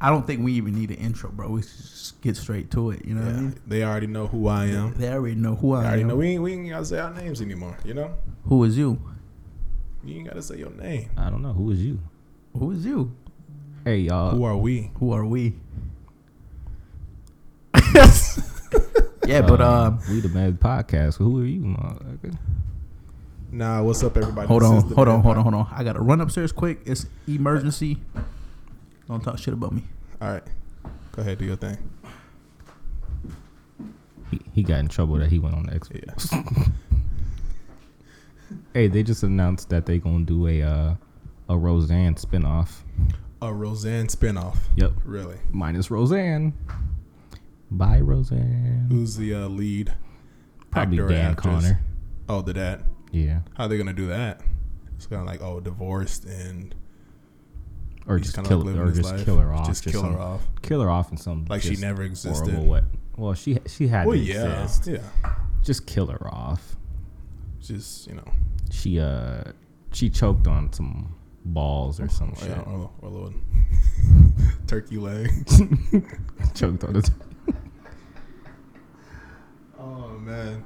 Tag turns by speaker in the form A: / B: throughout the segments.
A: I don't think we even need an intro, bro. We should just get straight to it. You know what I
B: Yeah,
A: mean?
B: they already know who I am.
A: They already know who I,
B: They already
A: am.
B: know we ain't, we ain't gotta say our names anymore. You know,
A: Who is you?
B: you ain't gotta say your name.
C: I don't know who is you.
A: Who is you?
C: Hey y'all,
B: Who are we?
A: Who are we? yeah, but
B: uh,
A: um,
C: Uh, we the Mad Podcast. Who are you, motherfucker?
B: Nah, what's up, everybody?
A: hold
B: This
A: on,
B: is the
A: hold on,
B: Mad
A: hold on,
B: Pod-
A: hold on. I gotta run upstairs quick. It's emergency. Don't talk shit about me.
B: All right, go ahead, do your thing.
C: He, he got in trouble that he went on the X.
B: Yeah,
C: Hey, they just announced that they gonna do a uh, a Roseanne spinoff.
B: a Roseanne spinoff.
C: Yep,
B: Really?
C: minus Roseanne. Bye, Roseanne.
B: Who's the uh, lead?
C: Probably
B: actor or
C: Dan
B: actress?
C: Connor.
B: Oh, the dad.
C: Yeah,
B: How they gonna do that? It's kind of like oh, divorced and
C: or
B: he's
C: just
B: kinda
C: kill
B: like living
C: or
B: his
C: just
B: life.
C: kill her off.
B: Just kill her
C: some-
B: off.
C: Kill her off in some
B: Like she
C: just
B: never existed.
C: Horrible way. Well, she she had
B: Well,
C: to
B: yeah,
C: exist.
B: yeah.
C: Just kill her off.
B: Just you know,
C: She uh she choked on some balls or some
B: oh,
C: shit.
B: yeah, or, or Lord. turkey leg.
C: choked on it.
B: Oh man,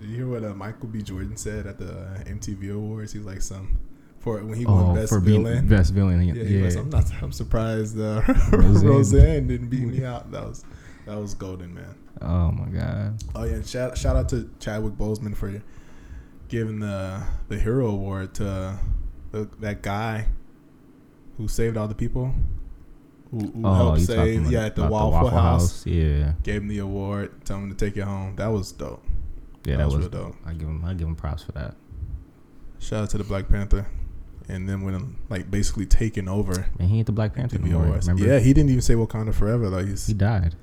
B: did you hear what uh, Michael B. Jordan said at the uh, MTV Awards? He's like some for when he won
C: Oh,
B: best
C: for being
B: villain.
C: best villain. Yeah,
B: yeah, he was, I'm not. I'm surprised uh, Roseanne.
C: Roseanne.
B: didn't beat me out. That was that was golden, man.
C: Oh my god.
B: Oh yeah, and shout shout out to Chadwick Boseman for giving the the hero award to the, that guy who saved all the people who, who
C: Oh,
B: helped
C: you talking
B: save
C: about-
B: yeah at the
C: about
B: Waffle, House.
C: Yeah,
B: Gave him the award. Tell him to take it home. That was dope.
C: yeah, that, was.
B: real dope.
C: I give him. I give him props for that.
B: Shout out to the Black Panther, and then when I'm like basically taking over
C: Man, he ain't the Black Panther
B: MTV
C: no more.
B: Awards.
C: Remember?
B: Yeah, he didn't even say Wakanda Forever. Like he's
C: he died.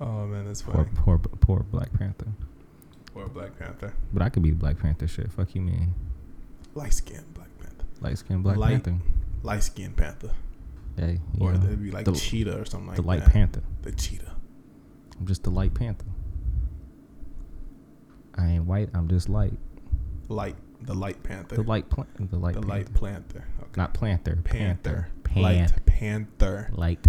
B: oh man, that's funny.
C: Poor, poor, poor Black Panther.
B: Poor, Black Panther,
C: But I could be the Black Panther. Shit, fuck you, man.
B: light skinned Black Panther,
C: Light skinned Black
B: Light,
C: Panther.
B: light skinned Panther,
C: Hey, you
B: or
C: know,
B: it'd be like
C: the,
B: cheetah or something like
C: the Light
B: that.
C: Panther.
B: The cheetah.
C: I'm just the Light Panther. I ain't white. I'm just light.
B: Light. The light panther.
C: The light plant. The light.
B: The
C: panther.
B: light planter. Okay.
C: Not planter.
B: panther.
C: Panther.
B: Light panther.
C: Light.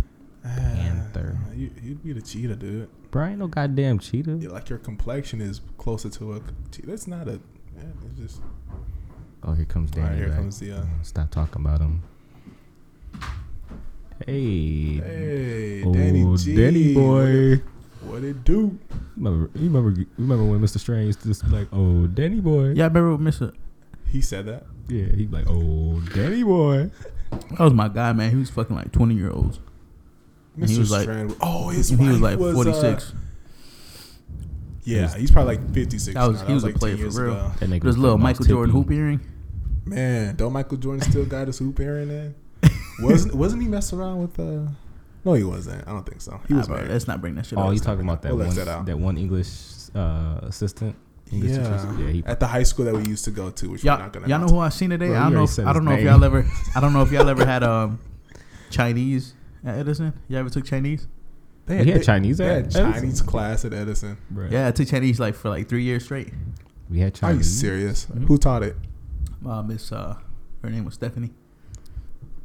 B: Ah,
C: Panther.
B: you, you'd be the cheetah, dude.
C: Brian, ain't no goddamn cheetah.
B: Yeah, like your complexion is closer to a cheetah. That's not a. Yeah, it's just.
C: Oh, here comes
B: All
C: Danny.
B: right, here
C: back.
B: comes the. Uh,
C: Stop talking about him. Hey.
B: hey,
C: Oh,
B: Danny G.
C: Danny boy.
B: What it do?
C: Remember, you remember, remember when Mr. Strange used to just be like, oh, Danny boy?
A: Yeah, I remember what Mr.
B: He said that.
C: Yeah, he'd be like, oh, Danny boy.
A: That was my guy, man. He was fucking like twenty year olds. And
B: Mr.
A: he was like-
B: Strand. oh, his
A: He was
B: wife
A: like
B: was, uh,
A: forty six.
B: yeah,
C: He was-
B: he's probably like 56.
A: That was-
B: now.
A: he was a
B: like 10
A: player for
B: years
A: real.
B: ago.
C: That nigga
A: This
C: was
A: little
C: putting on
A: Michael Jordan
C: tippy.
A: hoop earring.
B: Man, don't Michael Jordan still got his hoop earring in? Wasn't wasn't he messing around with uh No he wasn't. I don't think so. He
A: Nah,
B: was
A: Ah, bro,
B: married.
A: let's not bring that shit
C: Oh,
A: up.
C: you talking about that
B: We'll let
C: one,
B: that out.
C: that, one English uh, assistant? English teacher?
B: yeah.
C: yeah he,
B: At the high school that we used to go to, which we're
A: Y'all,
B: not gonna
A: y'all know
B: mention.
A: who I seen today?
C: Bro,
A: I don't
C: you
A: know.
C: already
A: If,
C: said
A: I
C: his
A: don't know if
C: name.
A: y'all ever. I don't know if y'all ever had um Chinese at Edison. You all ever took Chinese?
B: they
C: We had Chinese
B: they
C: at
B: had
C: Edison.
B: Chinese class at Edison.
C: bruh.
A: Yeah, I took Chinese like for like three years straight.
C: We had
B: Are
C: Chinese.
B: you serious?
A: Mhm.
B: Who taught it?
A: Uh, Miss, uh, her name was Stephanie.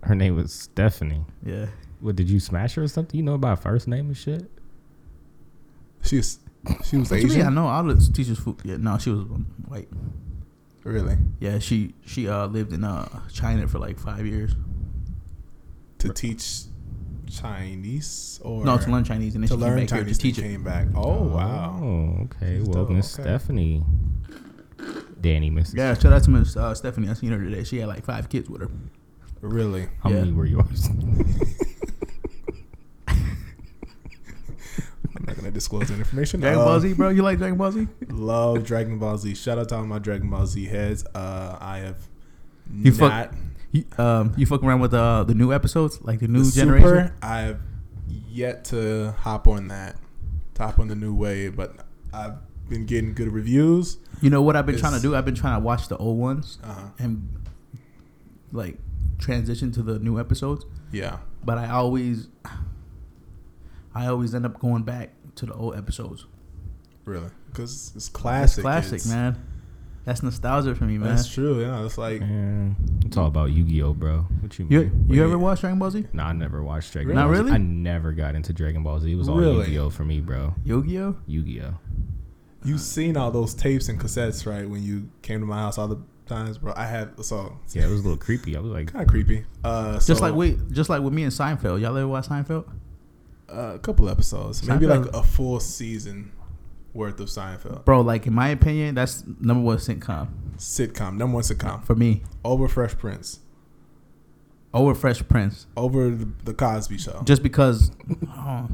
C: Her name was Stephanie.
A: Yeah,
C: What, did you smash her or something? You know about her first name and shit?
B: She's she was
A: What you mean? I
B: Asian.
A: know all the teachers. Food. Yeah, no, she was um, white.
B: Really?
A: Yeah, she she uh lived in uh China for like five years.
B: To teach Chinese or
A: no, to learn Chinese and then
B: to
A: she
B: learn
A: came back here
B: Chinese
A: to teach it.
B: came back. Oh wow.
C: Oh, okay.
B: She's
C: well,
B: dope.
C: Miss
B: Okay.
C: Stephanie. Danny, Miss.
A: Yeah, shout out to Miss uh, Stephanie. I seen her today. She had like five kids with her.
B: Really?
C: How
A: Yeah.
C: many were yours?
B: I'm not gonna disclose that information.
A: Dragon
B: Uh,
A: Ball Z, bro. You like Dragon Ball Z?
B: Love Dragon Ball Z. Shout out to all my Dragon Ball Z heads. Uh, I have
A: You fuck-
B: not
A: You, um, you fuck around with uh, the new episodes, like the new
B: the
A: generation.
B: Super, I have yet to hop on that, to hop on the new wave, but I've been getting good reviews.
A: You know what I've been trying to
B: It's-
A: do? I've been trying to watch the old ones
B: Uh,
A: and like transition to the new episodes,
B: yeah,
A: but I always, I always end up going back to the old episodes.
B: really, because it's
A: It's
B: classic.
A: classic,
B: It's-
A: man. That's nostalgia for me, man.
B: That's true. Yeah, it's like
C: Man, it's all about Yu-Gi-Oh, bro. What you mean?
A: You you ever
B: Wait.
A: watch Dragon Ball Z?
C: No, I never watched Dragon
A: Not
C: Ball. Z.
A: really?
C: I never got into Dragon Ball Z. It was all
B: Really?
C: Yu-Gi-Oh for me, bro.
A: Yu-Gi-Oh.
C: Yu-Gi-oh.
B: you've seen all those tapes and cassettes, right? When you came to my house all the times, bro. I had so
C: Yeah, it was a little creepy. I was like,
B: kind of creepy. Uh,
A: Just
B: so,
A: like we, just like with me and Seinfeld. Y'all ever watch Seinfeld?
B: uh, a couple episodes, maybe
A: Seinfeld.
B: like a full season worth of Seinfeld
A: Bro, like in my opinion, that's number one sitcom
B: sitcom, number one sitcom
A: for me
B: over Fresh Prince,
A: over Fresh Prince.
B: over the, the Cosby Show.
A: Just because, oh,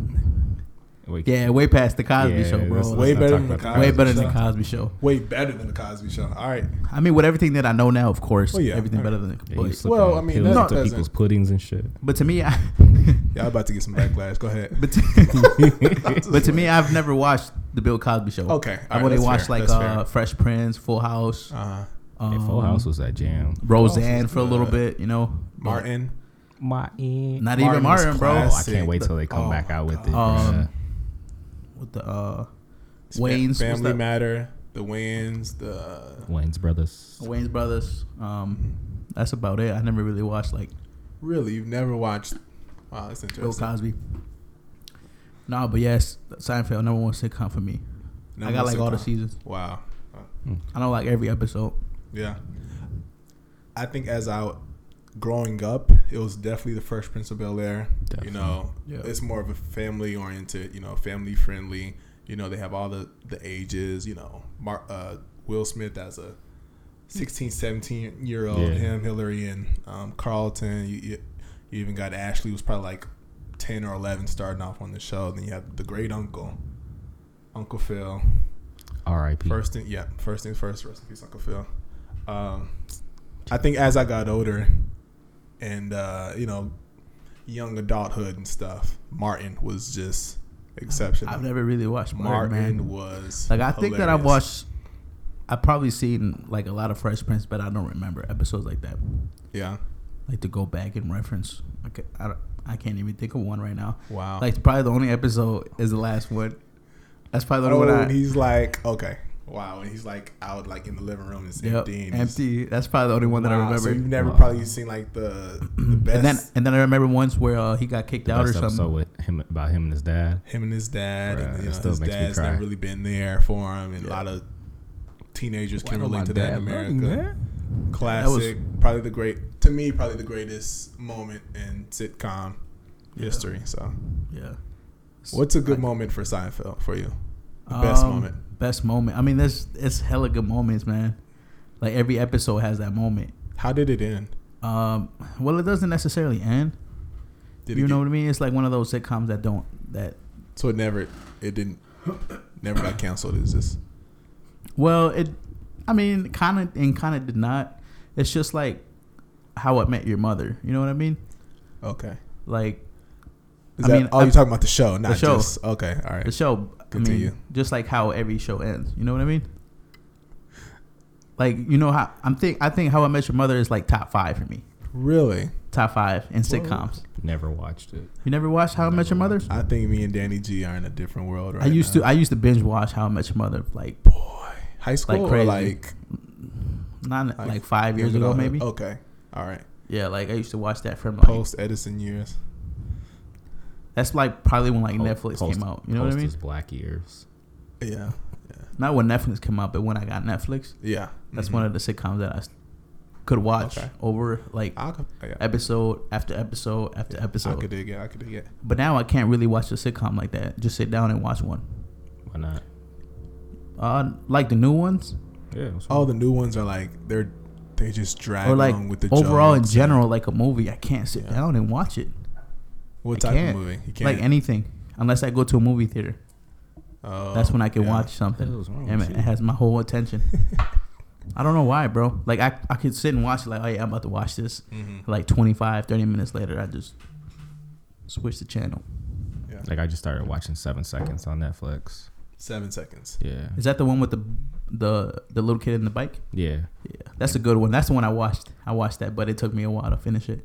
C: wait,
A: yeah, way past the Cosby
C: yeah,
A: Show, bro.
C: let's- let's
B: Way
C: not
B: better
C: talk
B: than the
C: about
B: Cosby
A: way
C: that.
A: better than the
B: Show.
A: Cosby Show.
B: Way better than the Cosby Show. All right,
A: I mean, with everything that I know now, of course,
B: Well, Oh, yeah,
A: everything
B: I
A: better
B: mean-
A: than.
C: Yeah, you
A: but,
C: slipping
B: Well, I
C: pills
B: mean, that
C: into
B: doesn't-
C: people's puddings and shit.
A: but to me, I,
B: y'all about to get some backlash. Go ahead.
A: but,
B: Um,
A: to, but to me, I've never watched the Bill Cosby Show.
B: Okay, all
A: I've
B: right,
A: only
B: that's
A: watched
B: fair,
A: like
B: that's
A: uh, Fresh Prince, Full House,
B: Uh,
A: um,
C: Hey, Full House was that jam.
A: Roseanne
B: House
A: for a
B: was
A: little
B: good.
A: bit, you know.
B: Martin.
C: My end.
A: Not even
B: Martin was
A: Martin, bro.
C: Oh, I
B: classic.
C: can't wait till they come
B: Oh
C: back
B: my
C: out with
B: God.
C: it. bruh.
A: Um, With the uh, Wayne's-
B: Wayne's
A: what's
B: Family
A: that?
B: Matter, the Wayne's, the
C: Wayne's brothers.
A: Wayne's Brothers. Um, that's about it. I never really watched like
B: really you've never watched. Wow, that's
A: Bill
B: interesting.
A: Cosby. No, but yes, Seinfeld number one sitcom for me. I
B: Number
A: got
B: one
A: like all the
B: sitcom.
A: seasons.
B: Wow.
A: I know like every episode.
B: Yeah. I think as I growing up, it was definitely the Fresh Prince of Bel Air. You know,
A: Yeah.
B: it's more of a family oriented. You know, family friendly. You know, they have all the the ages. You know, Mar- uh, Will Smith as a 16, 17 year old.
C: Yeah.
B: Him, Hillary, and um, Carlton. You, you, you even got Ashley was probably like ten or eleven starting off on the show. Then you have the great uncle, Uncle Phil.
C: R.I.P.
B: First thing, yeah. First things first. Rest in peace, Uncle Phil. Um, I think as I got older, and uh, you know, young adulthood and stuff, Martin was just exceptional.
A: I've never really watched Martin.
B: Martin
A: man.
B: was
A: Like I think that I've watched.
B: hilarious.
A: I've probably seen like a lot of Fresh Prince, but I don't remember episodes like that.
B: Yeah.
A: Like to go back and reference. I ca- I, don't- I can't even think of one right now.
B: Wow.
A: Like probably the only episode is the last one. That's probably the
B: oh,
A: only one
B: and
A: I.
B: he's like, okay, wow, and he's like out like in the living room, it's
A: Yep,
B: empty, and he's-
A: empty. That's probably the only one that I
B: Wow,
A: remember.
B: So you've never
C: Wow.
B: probably seen like the the best.
A: and then and then I remember once where uh, he got kicked
C: the
A: out or
C: best
A: something.
C: episode with him about him and his dad.
B: him and his dad,
C: Bruh,
B: and you
C: that
B: know,
C: still
B: his
C: makes me
B: dad's
C: cry.
B: not really been there for him, and a
A: Yeah.
B: lot of teenagers can
C: Why don't my
B: relate to that in
C: dad love
B: America.
C: me,
B: Classic, probably the great to me, probably the greatest moment in sitcom history. So,
A: Yeah.
B: what's a good
A: I-
B: moment for Seinfeld for you? The best
A: Um,
B: moment.
A: Best moment. I mean, there's it's hella good moments, man. Like every episode has that moment.
B: How did it end?
A: Um, well, it doesn't necessarily end.
B: Did
A: you
B: it
A: know
B: get-
A: what I mean? It's like one of those sitcoms that don't that.
B: so it never, it didn't, never got canceled. Is this?
A: Well, it. I mean, kind of and kind of did not. It's just like how it met your mother. You know what I mean?
B: Okay.
A: Like
B: Is
A: I
B: that,
A: mean,
B: oh,
A: I-
B: you're talking about the show, not
A: show.
B: just okay.
A: the
B: All right.
A: show. I
B: Continue.
A: mean, just like how every show ends. You know what I mean? Like you know how I'm think I think How I Met Your Mother is like top five for me.
B: Really,
A: Top five in
B: Whoa.
A: sitcoms.
C: Never watched it.
A: You never watched How I Met Your
C: Never
A: Mother?
C: watched
B: I think me and Danny G are in a different world right
A: I used
B: now.
A: to I used to binge watch How I Met Your Mother like
B: high school or
A: crazy.
B: like
A: not
B: Like,
A: like, five years ago maybe.
B: Okay, all right.
A: Yeah, like I used to watch that from like
B: Post Edison years.
A: that's like probably when like
B: Oh,
C: Po-
A: Netflix
C: Post-
A: came out. You know what I
C: Post
A: mean?
C: is Black ears.
B: Yeah,
A: Not when Netflix came out, but when I got Netflix,
B: yeah. Mm-hmm.
A: that's one of the sitcoms that I s- could watch
B: Okay.
A: over like
B: I could, yeah.
A: episode after episode after
B: I
A: episode.
B: could dig it. I could dig it.
A: But now I can't really watch a sitcom like that. Just sit down and watch one.
C: Why not?
A: Uh, like the new ones,
C: Yeah.
A: Oh,
B: All Oh, the new ones are like they're they just drag
A: or like
B: along with the
A: overall in
B: jokes.
A: general, like a movie, I can't sit
B: Yeah.
A: down and watch it.
B: What
A: I
B: type of
A: can't.
B: movie? You
A: Like anything, unless I go to a movie theater.
B: Oh,
A: That's when I can
B: yeah.
A: watch
C: Hell
A: something.
C: is wrong
A: Damn
C: with
A: it, it
C: you?
A: has my whole attention. I don't know why, bro. Like I, I could sit and watch it. Like, oh yeah, I'm about to watch this.
B: Mhm.
A: Like 25, 30 minutes later, I just switch the channel.
C: Like I just started watching Seven Seconds on Netflix.
B: Seven seconds.
C: Yeah.
A: Is that the one with the the the little kid in the bike?
C: Yeah.
A: Yeah, that's a good one. That's the one I watched. I watched that, but it took me a while to finish it.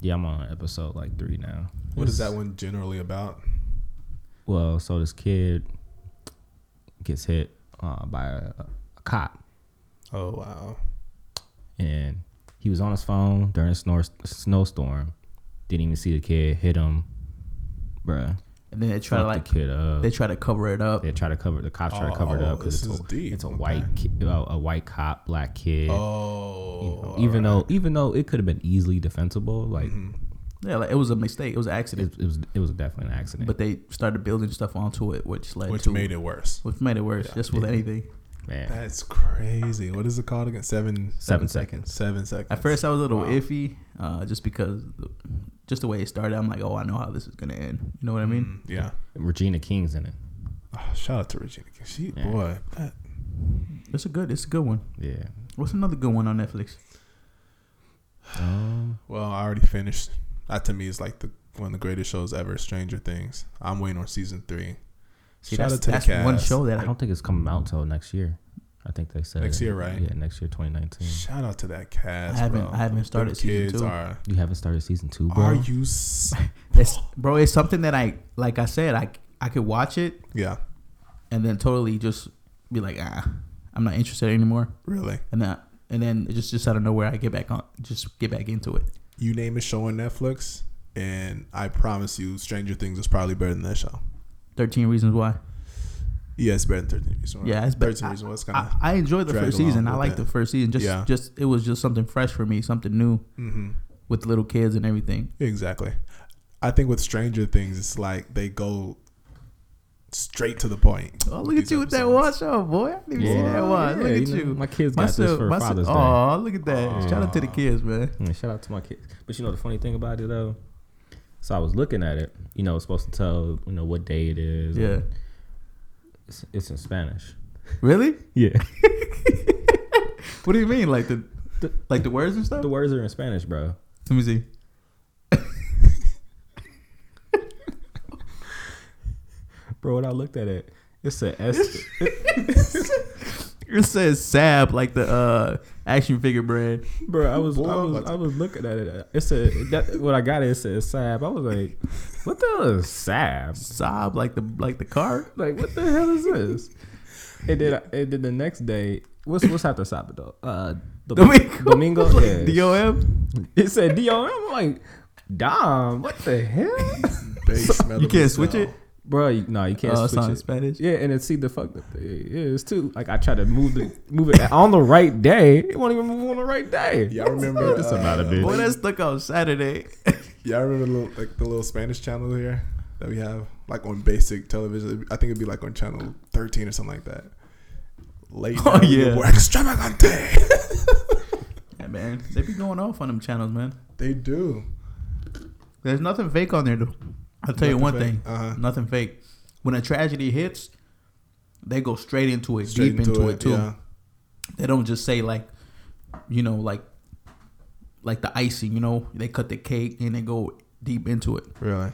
C: Yeah, I'm on episode like three now.
B: What is
C: It's-
B: that one generally about?
C: Well, so this kid gets hit uh, by a, a cop,
B: Oh wow.
C: and he was on his phone during a snor- snowstorm. Didn't even see the kid hit him, bruh.
A: And then they try to
C: Fuck
A: like
C: the kid up.
A: they try to cover it up.
C: They try to cover the cops try to cover it
B: Oh,
C: up because
B: this
C: it's,
B: is
C: a-
B: deep.
C: it's a
B: Okay.
C: white ki- a, a white cop, black kid.
B: Oh.
C: you know, even though even though it could have been easily defensible, like
B: Mm-hmm.
A: Yeah, like it was a mistake. It was an accident.
C: it, it was it was definitely an accident.
A: But they started building stuff onto it, which led
B: which
A: to
B: made it worse.
A: which made it worse. Just with anything.
C: man,
B: That's crazy. What is it called again? Seven.
C: seven seconds.
B: Seven seconds.
A: At first, I was a little
B: Wow.
A: iffy, uh, just because, just the way it started. I'm like, oh, I know how this is gonna end. You know what I mean?
B: Mm, yeah.
C: Regina King's in it.
B: Oh, shout out to Regina. King. She
C: Yeah.
B: boy. That, Mm.
A: It's a good, it's a good one.
C: Yeah.
A: What's another good one on Netflix?
C: Um,
B: well, I already finished. That to me is like the one of the greatest shows ever. Stranger Things. I'm waiting on season three.
C: See,
B: shout
C: that's-
B: out to
A: That's
B: the cast.
A: one show that
C: I don't think it's coming out till next year. I think they said
B: Next year, right?
C: Yeah, next year, 2019.
B: Shout out to that cast.
A: I haven't-
B: bro.
A: I haven't
B: Them
A: started season
B: kids
A: two.
B: Are,
C: You haven't started season two, bro.
B: are you? s-
A: It's, bro, it's something that I like. I said I I could watch it
B: yeah.
A: and then totally just be like, ah, I'm not interested anymore.
B: Really.
A: And then and then it just just out of nowhere, I get back on, just get back into it.
B: You name a show on Netflix, and I promise you, Stranger Things is probably better than that show.
A: Thirteen Reasons Why.
B: Yeah, it's better than Thirteen Reasons Why.
A: Yeah, it's better.
B: Thirteen Reasons Why. It's kind
A: I,
B: of.
A: I enjoyed the
B: drag
A: first
B: along
A: season. I
B: with
A: liked
B: that.
A: the first season. Just
B: Yeah.
A: just it was just something fresh for me, something new
B: hmm
A: with little kids and everything.
B: Exactly. I think with Stranger Things, it's like they go straight to the point.
A: Oh, look at
B: these
A: you with that
B: episodes.
A: watch up, boy. I didn't even see that watch. look
C: yeah,
A: at
C: know,
A: you.
C: My kids
A: My
C: got this for
A: son, my son,
C: Father's Day.
A: oh, look at that. Shout out to the
B: Aw.
A: kids, man.
C: Yeah, shout out to my kids. But you know the funny thing about it though, so I was looking at it. You know, it's supposed to tell you know what day it is.
A: Yeah.
C: it's, it's in Spanish.
A: Really?
C: Yeah,
A: What do you mean? Like the, like the words and stuff?
C: the words are in Spanish, bro.
A: Let me see.
C: Bro, when I looked at it, it said S.
A: It says Sab, like the uh action figure brand.
C: bro, I was,
B: Boy,
C: I
B: I'm
C: was
B: about to-
C: I was looking at it. It said that when I got it, it said Sab. I was like, what the hell is Sab?
A: Saab, like the like the car.
C: Like, what the hell is this? And then, I- and then the next day, what's what's after Sabado? Uh, Dom-
A: Domingo.
C: Domingo.
A: Like
C: yes.
A: DOM.
C: It said Dom. I'm like, Dom. What the hell,
B: Bass smell
A: You
B: of
A: can't
B: his
A: switch
B: smell.
A: it.
C: bro? You, no, you can't
A: Oh, it's
C: switch
A: not in
C: it.
A: Spanish.
C: Yeah, and it see the fuck up thing is too. Like I try to move the move it on the right day. It won't even move on the right day.
B: Y'all remember?
C: This amount of
B: uh,
C: bitch.
A: Boy, that's stuck on Saturday.
B: Y'all remember the little, like the little Spanish channel here that we have, like on basic television. I think it'd be like on channel thirteen or something like that. Late.
A: Oh,
B: night,
A: yeah.
B: we're extravagante.
A: yeah, man. They be going off on them channels, man.
B: they do.
A: There's nothing fake on there, though. I'll tell you one thing.
B: Uh-huh.
A: Nothing fake. When a tragedy hits, they go straight into it,
B: Straight
A: deep into, it, too.
B: Yeah.
A: They don't just say like, you know, like, like the icing. You know, they cut the cake and they go deep into it.
B: Really.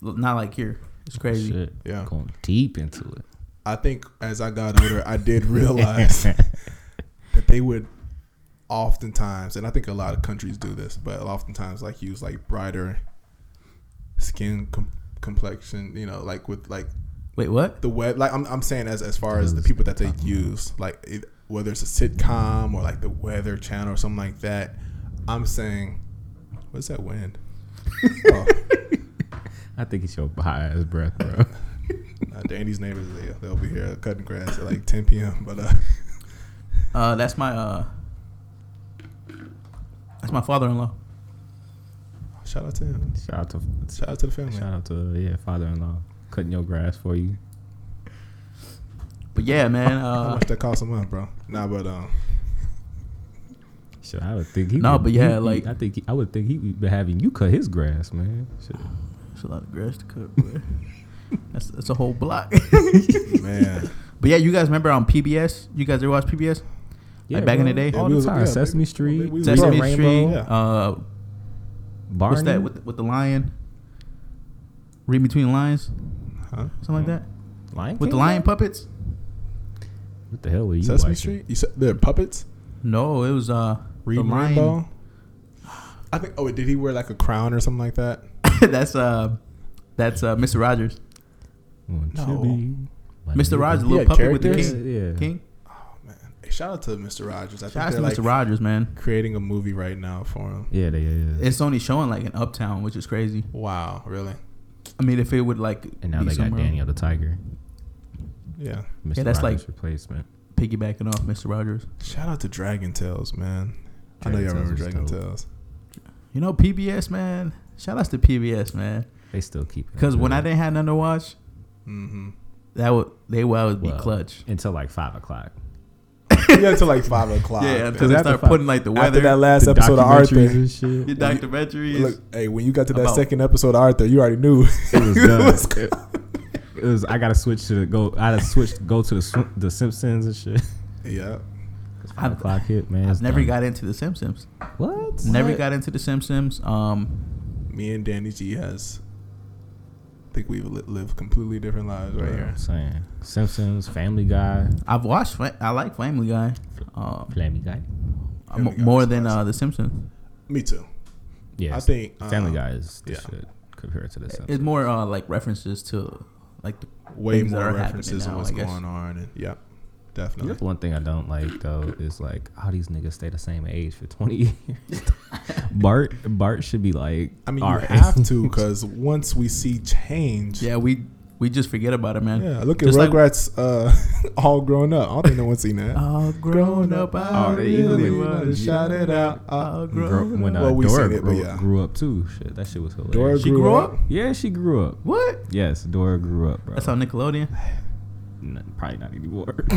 A: Not like here. It's crazy.
C: Shit.
B: Yeah.
C: Going deep into it.
B: I think as I got older, I did realize that they would oftentimes, and I think a lot of countries do this, but oftentimes like use like brighter skin com- complexion, you know, like with like
A: Wait, what?
B: the web. Like I'm, I'm saying as as far as the people that they use, like it, whether it's a sitcom or like the Weather Channel or something like that. I'm saying, what's that wind? oh,
C: I think it's your bias breath, bro.
B: nah, Danny's neighbors, they, they'll be here cutting grass at like 10 p.m. But uh,
A: Uh, that's my uh, that's my father-in-law.
B: shout out to him.
C: Shout out to
B: Shout out to the family.
C: shout out to yeah father-in-law cutting your grass for you.
A: But yeah, man.
B: How
A: Uh,
B: much that cost a month, bro? Nah, but um,
C: Shit, I would think he.
A: No,
C: would-
A: but yeah,
C: he- he-
A: like-
C: I think he, I would think he would be having you cut his grass, man. Shit.
A: it's a lot of grass to cut, boy. that's that's a whole block.
B: man,
A: But yeah, you guys remember on PBS? You guys ever watch PBS?
C: Yeah,
A: like back in the
C: bro.
A: day,
B: Yeah,
C: all
B: we
C: the
B: was-
C: time.
B: yeah,
C: Sesame
B: we-
C: Street,
B: we- we-
C: Little
A: Sesame
C: Rainbow,
A: Street.
B: Yeah.
A: Uh,
C: Barney.
A: what's that with with the lion? Read between lines,
B: huh?
A: something like that.
C: Mm. Lion
A: With the
C: King?
A: lion puppets?
C: What the hell were you?
B: Sesame
C: watching?
B: Street. You said they're puppets.
A: No, it was uh,
B: Read
A: the lion.
B: Rainbow. I think. Oh, wait, did he wear like a crown or something like that?
A: that's uh, that's uh, Mr. Rogers.
C: Won't you
B: No.
C: be my
A: Mr.
C: neighbor?
A: Rogers, the
B: He
A: little
B: had
A: puppet with the
B: characters?
A: king.
C: Yeah, yeah.
A: King.
B: Oh man, Shout out to Mr. Rogers. I
A: Shout out
B: think
A: to
B: they're like
A: Mr. Rogers, man.
B: creating a movie right now for him.
C: Yeah, they, yeah, yeah.
A: It's only showing like in Uptown, which is crazy.
B: Wow, really?
A: I mean, if it would like
C: And now
A: be
C: they got
A: somewhere
C: Daniel the Tiger,
B: Yeah.
C: Mr.
A: that's
C: Rogers'
A: like-
C: replacement.
A: piggybacking off Mr. Rogers.
B: Shout out to Dragon Tales, man. I know y'all
C: Dragon
B: remember
C: Tales was
B: Dragon
C: dope.
B: Tales.
A: You know, PBS, man. Shout outs to PBS, man.
C: They still keep it.
A: Because when I
C: good
A: didn't have nothing to watch,
B: Mm-hmm.
A: that would they would always be
C: Well,
A: clutch.
C: until like five o'clock.
B: yeah, until like five o'clock.
A: Yeah,
B: Because
A: because they
B: after,
A: start putting like the
B: after
A: weather,
B: that last
C: The
B: episode of
C: documentaries
B: Arthur,
C: and shit.
A: your documentaries.
B: look, hey, when you got to that
A: About-
B: second episode of Arthur, you already knew.
C: It was
B: It
C: done.
B: was-
C: it, it was. I gotta switch to the go. I gotta switch. Go to the Sim- the Simpsons and shit.
B: yeah.
C: Five
A: I've-
C: o'clock hit, man.
A: I've
C: it's
A: never
C: done.
A: got into the Simpsons.
C: what?
A: Never
C: What?
A: got into the Simpsons. Um,
B: Me and Danny G has. I think we li- live completely different lives right
C: Bro,
B: here.
C: I'm saying Simpsons, Family Guy,
A: I've watched. Fa- I like Family Guy. Um,
C: Family Guy.
A: m-
B: Family Guy
A: more
B: was
A: than
B: classic.
A: uh, the Simpsons.
B: Me too.
C: Yeah,
B: I think uh,
C: Family Guy is the
B: yeah.
C: shit compared to the Simpsons.
A: It's more uh, like references to like the
B: way
A: things that
B: more
A: are happening
B: references
A: now,
B: of what's
A: I guess.
B: going on. And, yeah,
C: You know
B: definitely.
C: the one thing I don't like though is like how these niggas stay the same age for twenty years. Bart Bart should be like
B: I mean,
C: all
B: you
C: right.
B: have to because once we see change, yeah,
A: yeah. We we just forget about it, man.
B: look at
A: Just like-
B: Rugrats uh, all grown up. I don't think no one's seen that.
A: All grown up, I
C: Oh, they
A: really
C: even-
A: want to
C: yeah.
A: shout it out. All
B: Uh,
C: Gro-
A: grown
C: when
A: up.
C: uh,
B: Well, we
C: Dora
B: seen it, but
C: grew,
B: yeah.
C: grew up too. Shit, that shit was hilarious.
B: Dora
A: She
B: grew,
A: grew
B: up.
C: yeah, she grew up.
A: What?
C: Yes, Dora grew up, bro.
A: That's on Nickelodeon.
C: N- probably not anymore.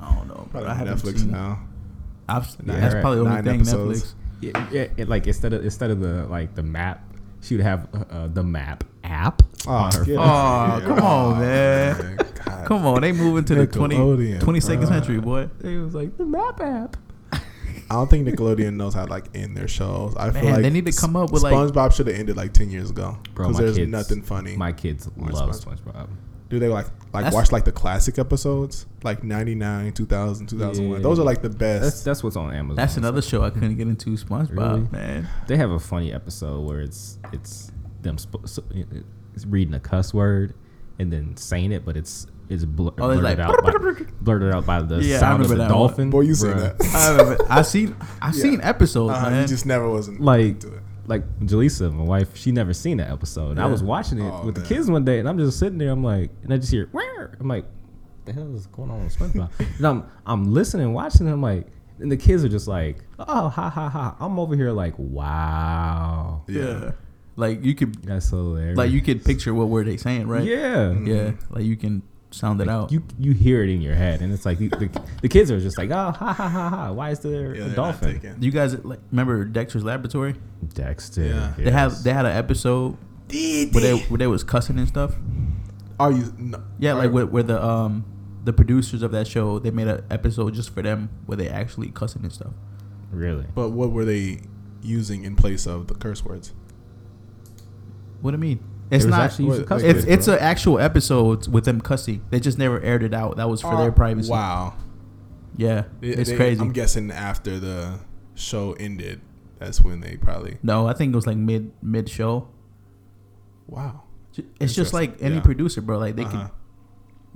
A: I don't know. Bro.
B: Probably
A: I
B: on
A: haven't
B: Netflix
A: seen.
B: now.
A: I've,
B: Nine-
A: that's probably the only
B: nine
A: thing
B: episodes.
C: yeah, yeah, it, like instead of instead of the like the map, she would have uh, uh, the map app.
B: Oh,
C: on her
B: get
C: phone.
B: out
A: Oh,
B: of here.
A: come on,
B: Oh,
A: man. Netflix.
B: God.
A: Come on, they moving to the 20,
B: Nickelodeon,
A: 22nd
B: bruh.
A: century, boy.
C: It was like the map app.
B: I don't think Nickelodeon knows how to like end their shows. I feel
A: Man,
B: like
A: they need to come up with, like-
B: SpongeBob should have ended like ten years ago
C: Bro,
B: because
C: my
B: there's
C: kids-
B: nothing funny.
C: My kids
B: Or
C: love
B: SpongeBob.
C: SpongeBob.
B: Do they like like
A: That's-
B: watch like the classic episodes like 99, 2000, 2001?
C: Yeah.
B: Those are like the
C: That's
B: best.
C: that's what's on Amazon.
A: That's another show I couldn't get into. SpongeBob,
C: Really?
A: man.
C: They have a funny episode where it's it's them sp- so- it's reading a cuss word and then saying it, but it's it's blur-
A: Oh, it's
C: blurted
A: like-
C: out by, blurted out by the
A: Yeah, I
C: sound of
A: remember
C: the
A: that one.
C: dolphin.
B: Boy, you seen
C: Bruh.
B: that?
A: I remember- I seen I
B: Yeah.
A: seen episodes,
B: Uh, you
A: man.
B: just never wasn't
C: Like-
B: into it.
C: Like Jaleesa, my wife, she never seen that episode. And I
A: Yeah.
C: was watching it
B: Oh,
C: with
B: man.
C: the kids one day, and I'm just sitting there. I'm like, and I just hear, Where? I'm like, the hell is going on with SpongeBob? and I'm I'm listening, watching. And I'm like, and the kids are just like, oh, ha ha ha. I'm over here like, wow,
A: yeah.
B: Yeah.
A: like you could
C: that's hilarious.
A: like you could picture what were they saying, right?
C: yeah.
B: Mm.
A: yeah. Like you can sound it out.
C: You you hear it in your head, and it's like the, the, the kids are just like, oh, ha ha ha ha. Why is there
B: Yeah,
C: a
B: they're not
C: dolphin?
B: taken.
A: You guys like remember Dexter's Laboratory?
C: Dexter.
B: Yeah.
A: They
C: yes.
A: have they had an episode where they where they was cussing and stuff.
B: Are you? No,
A: Yeah,
B: are
A: like
B: you-
A: where, where the um the producers of that show they made an episode just for them where they actually cussing and stuff.
C: really.
B: But what were they using in place of the curse words?
A: What do you mean? It's
C: There was
A: not.
C: actually used to
B: what-
C: cuss
B: like-
A: It's
C: words,
A: it's
C: bro.
A: an actual episode with them cussing. They just never aired it out. That was for their privacy.
B: Oh, Wow,
A: Yeah,
B: They-
A: it's
B: they-
A: crazy.
B: I'm guessing after the show ended, that's when they probably
A: no, I think it was like mid mid show.
B: wow.
A: It's just
B: Interesting.
A: like any
B: Yeah.
A: producer, bro. Like they
B: Uh-huh.
A: could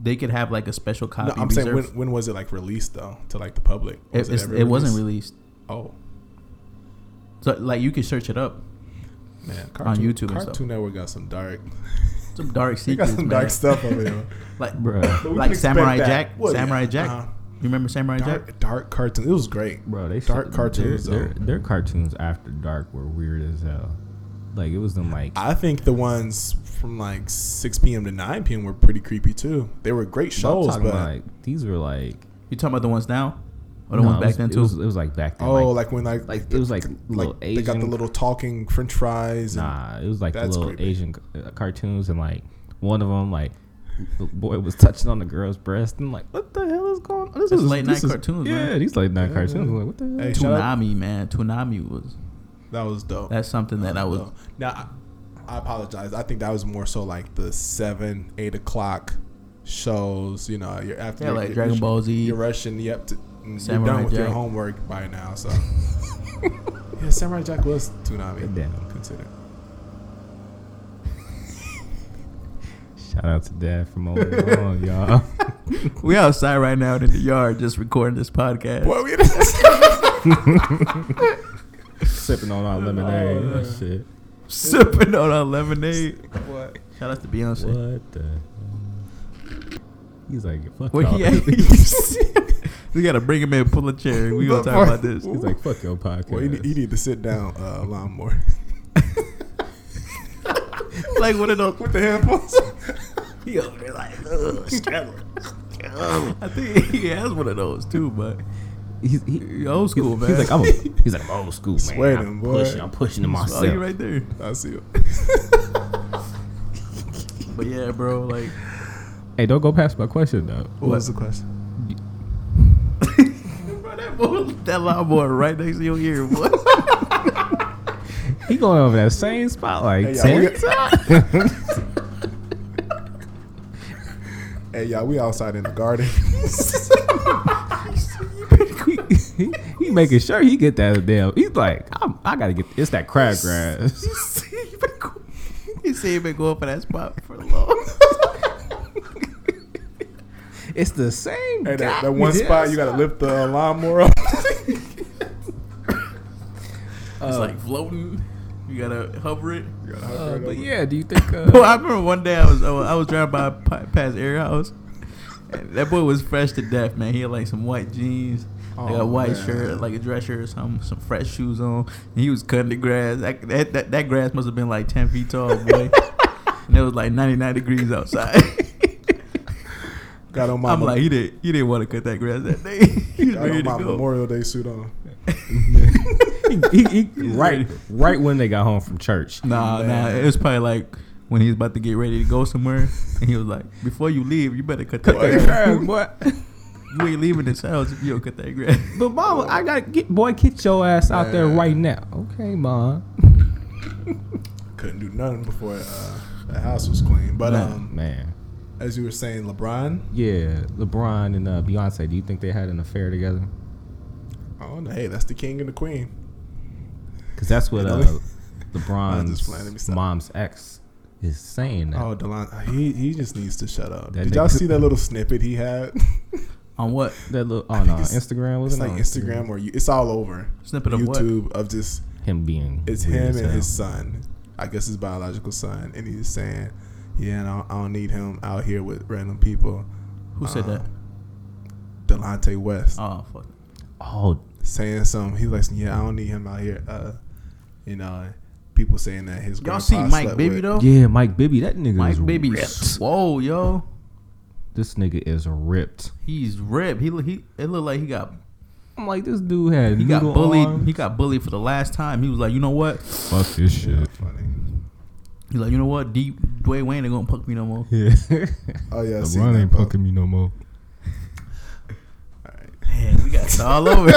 A: they could have like a special copy.
B: No, I'm saying when,
A: reserved.
B: when was it like released though to like the public?
A: it,
B: Was
A: it's-
B: ever
A: it wasn't
B: released?
A: released.
B: Oh
A: So like you could search it up.
B: man, Cartoon,
A: YouTube and
B: Cartoon
A: stuff.
B: Network got some dark.
A: Some dark
B: They got
A: secrets,
B: some
A: man.
B: dark stuff over there.
A: Like
C: Bruh.
B: But we
A: like
B: can expect
A: Samurai
B: that.
A: Jack.
B: Well, yeah,
A: Samurai Jack.
B: uh-huh.
A: You remember Samurai Jack?
B: dark, dark cartoons. It was great.
C: Bro, they
B: Dark
C: should-
B: cartoons,
C: Their, their,
B: though.
C: their cartoons after dark were weird as hell. Like it was them like
B: I think the ones from like 6 p.m. to 9 p.m. were pretty creepy too. They were great
C: I'm
B: shows,
C: talking
B: but
C: about, like these were like
A: You talking about the ones now, or Oh, the
C: no,
A: ones
C: it
A: back
C: was-
A: then
C: it
A: too?
C: was- It was like back then.
B: oh, like,
C: like,
B: when like
C: like, it was like little
B: like they got the
C: Asian-
B: little talking French fries. And,
C: Nah, it was like the
B: That's
C: little
B: creepy.
C: Asian c- uh, cartoons, and like one of them, like the boy was touching on the girl's breast, and like what the hell is going? on? This
A: That's
C: is
A: late night
C: this is-
A: cartoons,
C: Yeah,
A: man.
C: these late night cartoons. I'm Like what the hell?
B: Hey, shout out-
A: Toonami, man. Toonami was
B: that was dope.
A: that's something that I was.
B: Oh, now. I, I apologize. I think that was more so like the seven, eight o'clock shows. You know, you're after
A: Yeah,
B: your-
A: like
B: your-
A: Dragon
B: your-
A: Ball Z.
B: You're rushing. Yep, to, you're
A: Samurai
B: done with your
A: Jack.
B: homework by now. So yeah, Samurai Jack was Toonami.
C: Damn.
B: considered.
C: Shout out to Dad from all along, y'all.
A: we outside right now in the yard just recording this podcast.
B: Boy, we That's
C: sipping on our lemonade. and
B: yeah.
C: shit.
A: Sipping on our lemonade.
B: what?
A: Shout out to Beyonce.
C: What the? hell? He's like, fuck
A: Well,
C: y'all.
A: he, we gotta bring him in, pull a chair. We gonna talk about this.
C: He's like, fuck your podcast.
B: Well, you need, you need to sit down uh, a lot more.
A: Like one of those.
B: With the handfuls.
A: He over there like ugh, struggling. Ugh. I think he has one of those too, but
C: he's, he,
A: he old school
C: he's,
A: man.
C: he's like, I'm. A, he's like, I'm old school man.
B: Swear to him,
C: I'm
B: boy.
C: pushing. I'm pushing to
A: Oh,
C: myself.
A: you right there.
B: I see it.
A: But yeah, bro, like
C: Hey, don't go past my question though.
B: What was the question?
A: bro, that boy, that lawnmower right next to your ear, boy.
C: He going over that same spot like
B: Hey, y'all,
C: ten
B: we
C: times.
B: Hey, y'all, we outside in the garden.
C: he, he making sure he get that damn. He's like, I'm, I gotta get. It's that crabgrass.
A: he said he been go- he said he been going for that spot for long.
C: It's the same.
B: Hey, that, that
C: goddamn
B: one spot you gotta lift the uh, lawnmower up.
A: it's like floating. You gotta hover it.
B: You gotta hover
C: Uh,
B: it over.
C: but yeah, do you think?
A: Well,
C: Uh,
A: I remember one day I was uh, I was driving by pa- past Air House. And that boy was fresh to death, man. He had like some white jeans, like
B: Oh,
A: a white
B: man.
A: shirt, like a dress shirt or something, some fresh shoes on. And he was cutting the grass. That that, that, that grass must have been like ten feet tall, boy. and it was like ninety nine degrees outside.
B: Got on my
A: I'm like, he didn't he didn't want to cut that grass that day. he was
B: got
A: ready
B: on
A: to
B: my
A: go.
B: Memorial Day suit on.
C: he- he- he- right, right when they got home from church.
A: Nah, nah. It was probably like when he was about to get ready to go somewhere, and he was like, "Before you leave, you better cut that grass.
C: Boy,
A: You ain't leaving this house if you don't cut that grass."
C: But mama, I gotta get boy, get your ass out there
B: Man.
C: right now. Okay, mom.
B: Couldn't do nothing before uh, the house was clean. But
A: Nah.
B: um,
C: Man.
B: as you were saying, LeBron.
C: Yeah, LeBron and uh, Beyonce. Do you think they had an affair together?
B: Oh, no, hey, that's the king and the queen.
C: Because that's what
B: You know,
C: uh,
B: I'm just playing, let me
C: LeBron's
B: stop.
C: mom's ex is saying now.
B: Oh, Delon, he he just needs to shut up.
C: That
B: Did y'all
C: nigga-
B: see that little snippet he had?
A: On what?
C: That little
B: I
C: oh
B: think
C: no,
B: it's-
C: Instagram
B: it's
C: wasn't
B: like Instagram or you, it's all over
A: Snippet of what?
B: YouTube of just
C: Him being
B: it's
C: weird
B: him
C: as
B: and
C: hell.
B: his son. I guess his biological son, and he's saying, "Yeah, and I don't, I don't need him out here with random people."
A: Who said that?
B: Delonte West
A: Oh fuck.
C: Oh,
B: saying something. He's like, "Yeah, I don't need him out here." Uh, you know, people saying that his
A: Y'all
B: grandpa
A: see Mike
B: slept
A: Bibby
B: with-
A: though?
C: yeah, Mike Bibby. That nigga is
A: Mike Bibby,
C: ripped.
A: whoa yo,
C: This nigga is ripped.
A: he's ripped. He look- he it looked like he got
C: I'm like, this dude had
A: he got
C: noodle
A: bullied.
C: arms.
A: He got bullied for the last time. He was like, you know what?
C: Fuck this shit.
B: Funny.
A: He's like, you know what? Deep Dwayne Wayne ain't gonna punk me no more.
C: Yeah,
B: Oh yeah, I seen
C: LeBron
B: that,
C: ain't
B: bro.
C: fucking me no more.
B: All right.
A: Man, we got it all over.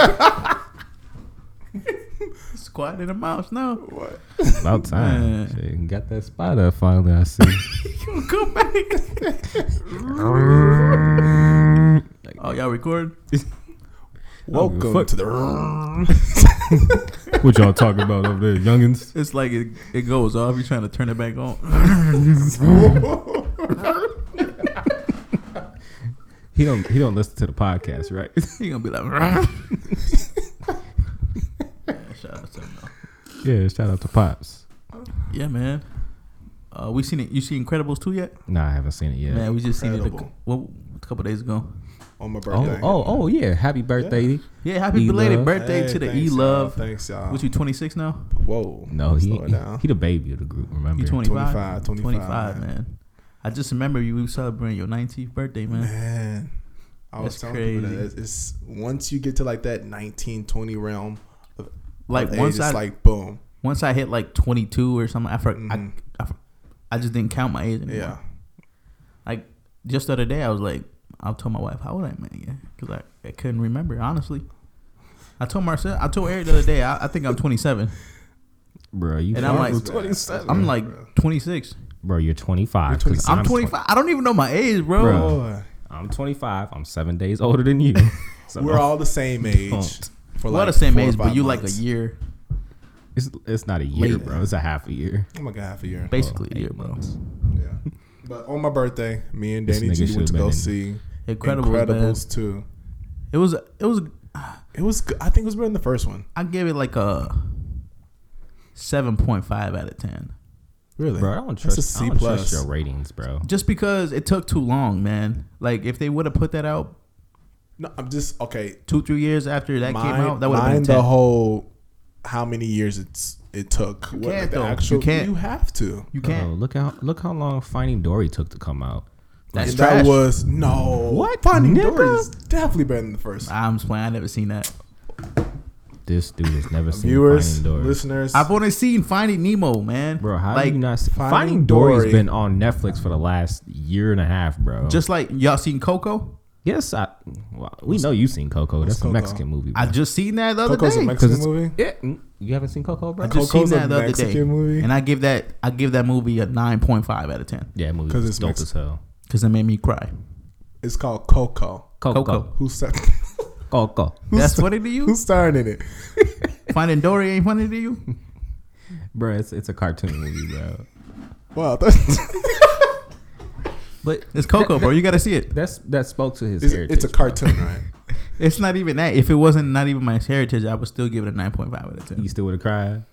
A: Squatting in the mouse now.
B: What?
C: About time.
A: Man.
C: Shit, got that spot up finally. I see.
A: You come back. oh, y'all recording?
C: Welcome
B: Welcome to the.
C: what y'all talking about over there, youngins?
A: It's like it, it goes off. You trying to turn it back on?
C: He don't. He don't listen to the podcast, right?
A: He gonna be like. yeah, shout out to him, though.
C: yeah. Shout out to pops.
A: Yeah, man. Uh, we seen it. You see Incredibles two yet?
C: Nah, I haven't seen it yet.
A: Man, we just seen it a, cou-
B: Incredible.
A: well, a couple days ago.
B: On my
C: oh,
B: birthday.
C: oh, oh, yeah. Happy birthday.
A: Yeah, happy
C: E-Love.
A: belated birthday to the E Love.
B: Thanks, y'all.
A: What you twenty six now?
B: Whoa.
C: No, he,
B: Slow it
C: he
B: down.
C: he the baby of the group. Remember?
A: You 25?
B: 25, 25, man.
A: man. I just remember you we were celebrating your nineteenth birthday, man.
B: Man. I was
A: That's
B: telling people that
A: crazy.
B: it's, it's once you get to like that 19, 20 realm, of,
A: Like,
B: of
A: once
B: age,
A: I-
B: it's like boom.
A: Once I hit like twenty two or something, I, for,
B: Mhm.
A: I, I for- I just didn't count my age anymore.
B: Yeah.
A: Like just the other day, I was like, I told my wife how old I am again because I, I couldn't remember honestly. I told Marcel, I told Eric the other day, I, I think I'm twenty seven.
C: bro. You
A: And I'm
C: far-
A: like-
B: That's bad.
C: 27.
A: I'm like
B: Bro.
A: twenty six.
C: bro, you're 25. 'cause
B: You're 27.
A: I'm 25. I don't even know my age, bro.
C: Bro.
B: Boy,
C: I'm 25. I'm seven days older than you. So
B: we're all the same age.
C: Pumped.
B: For
A: We're all the same
B: four or
A: age, but
B: five
A: you like
B: months.
A: a year,
C: It's, it's not a year,
A: Late.
C: bro. It's a half a year.
B: I'm like a half a year.
A: basically a
C: Eight
A: year, bro.
C: months.
B: Yeah. But on my birthday, me and
C: This
B: Danny
C: nigga
B: G
C: should've
B: went to
C: been
B: go
C: in-
B: see
A: Incredibles. man.
B: Incredibles two.
A: It was it was
B: It was. good. I think it was better than the first one.
A: I gave it like a seven point five out of ten.
B: Really,
C: bro. I don't
B: That's
C: trust,
B: a C
C: I don't trust
B: plus.
C: your ratings, bro.
A: Just because it took too long, man. Like if they would have put that out
B: No, I'm just okay.
A: two three years after that
B: mine,
A: came out, that would have been
B: mine
A: a 10.
B: the whole how many years it's it took. You
A: can't,
B: the
A: though. You
B: actual,
A: can't.
B: have to.
A: you
C: Oh,
A: can't.
C: look how look how long Finding Dory took to come out.
A: That's
B: and
A: trash.
B: that was no
C: What,
B: Finding
C: nigga?
B: Dory is definitely better than the first.
A: I'm just playing. I never seen that.
C: This dude has never seen
B: Viewers,
C: Finding Dory.
B: listeners,
A: I've only seen Finding Nemo, man.
C: Bro, how
A: like
C: do you not see?
B: Finding
C: Finding, Dory's
B: Dory.
C: been on Netflix for the last year and a half, bro.
A: just like y'all seen Coco?
C: yes, I. Well, we know you've seen Coco. That's
B: Coco?
C: a Mexican movie. Bro.
A: I just seen that the other
B: Coco's
A: day.
B: a Mexican
C: 'cause it's-
B: movie.
C: Yeah, mm, you haven't seen Coco, bro.
A: I just
B: Coco's
A: seen
B: a
A: that the other day,
B: Mexican movie?
A: and I give that I give that movie a nine point five out of ten
C: yeah, that movie
B: 'Cause
C: was
B: it's
C: dope
B: Mex-
C: as hell.
A: because it made me cry.
B: It's called Coco.
A: Coco.
C: Coco, Coco,
B: Who said?
C: Coco.
A: That's funny to you?
B: Who's starring in it?
A: Finding Dory ain't funny to you?
C: bro. It's it's a cartoon movie, bro.
B: Wow, that's,
C: But
A: It's Coco, bro. You gotta see it.
C: that's that spoke to his
B: it's,
C: heritage.
B: it's a
C: bro.
B: cartoon, right?
A: It's not even that. If it wasn't not even my heritage, I would still give it a nine point five out of ten.
C: You still would have cried.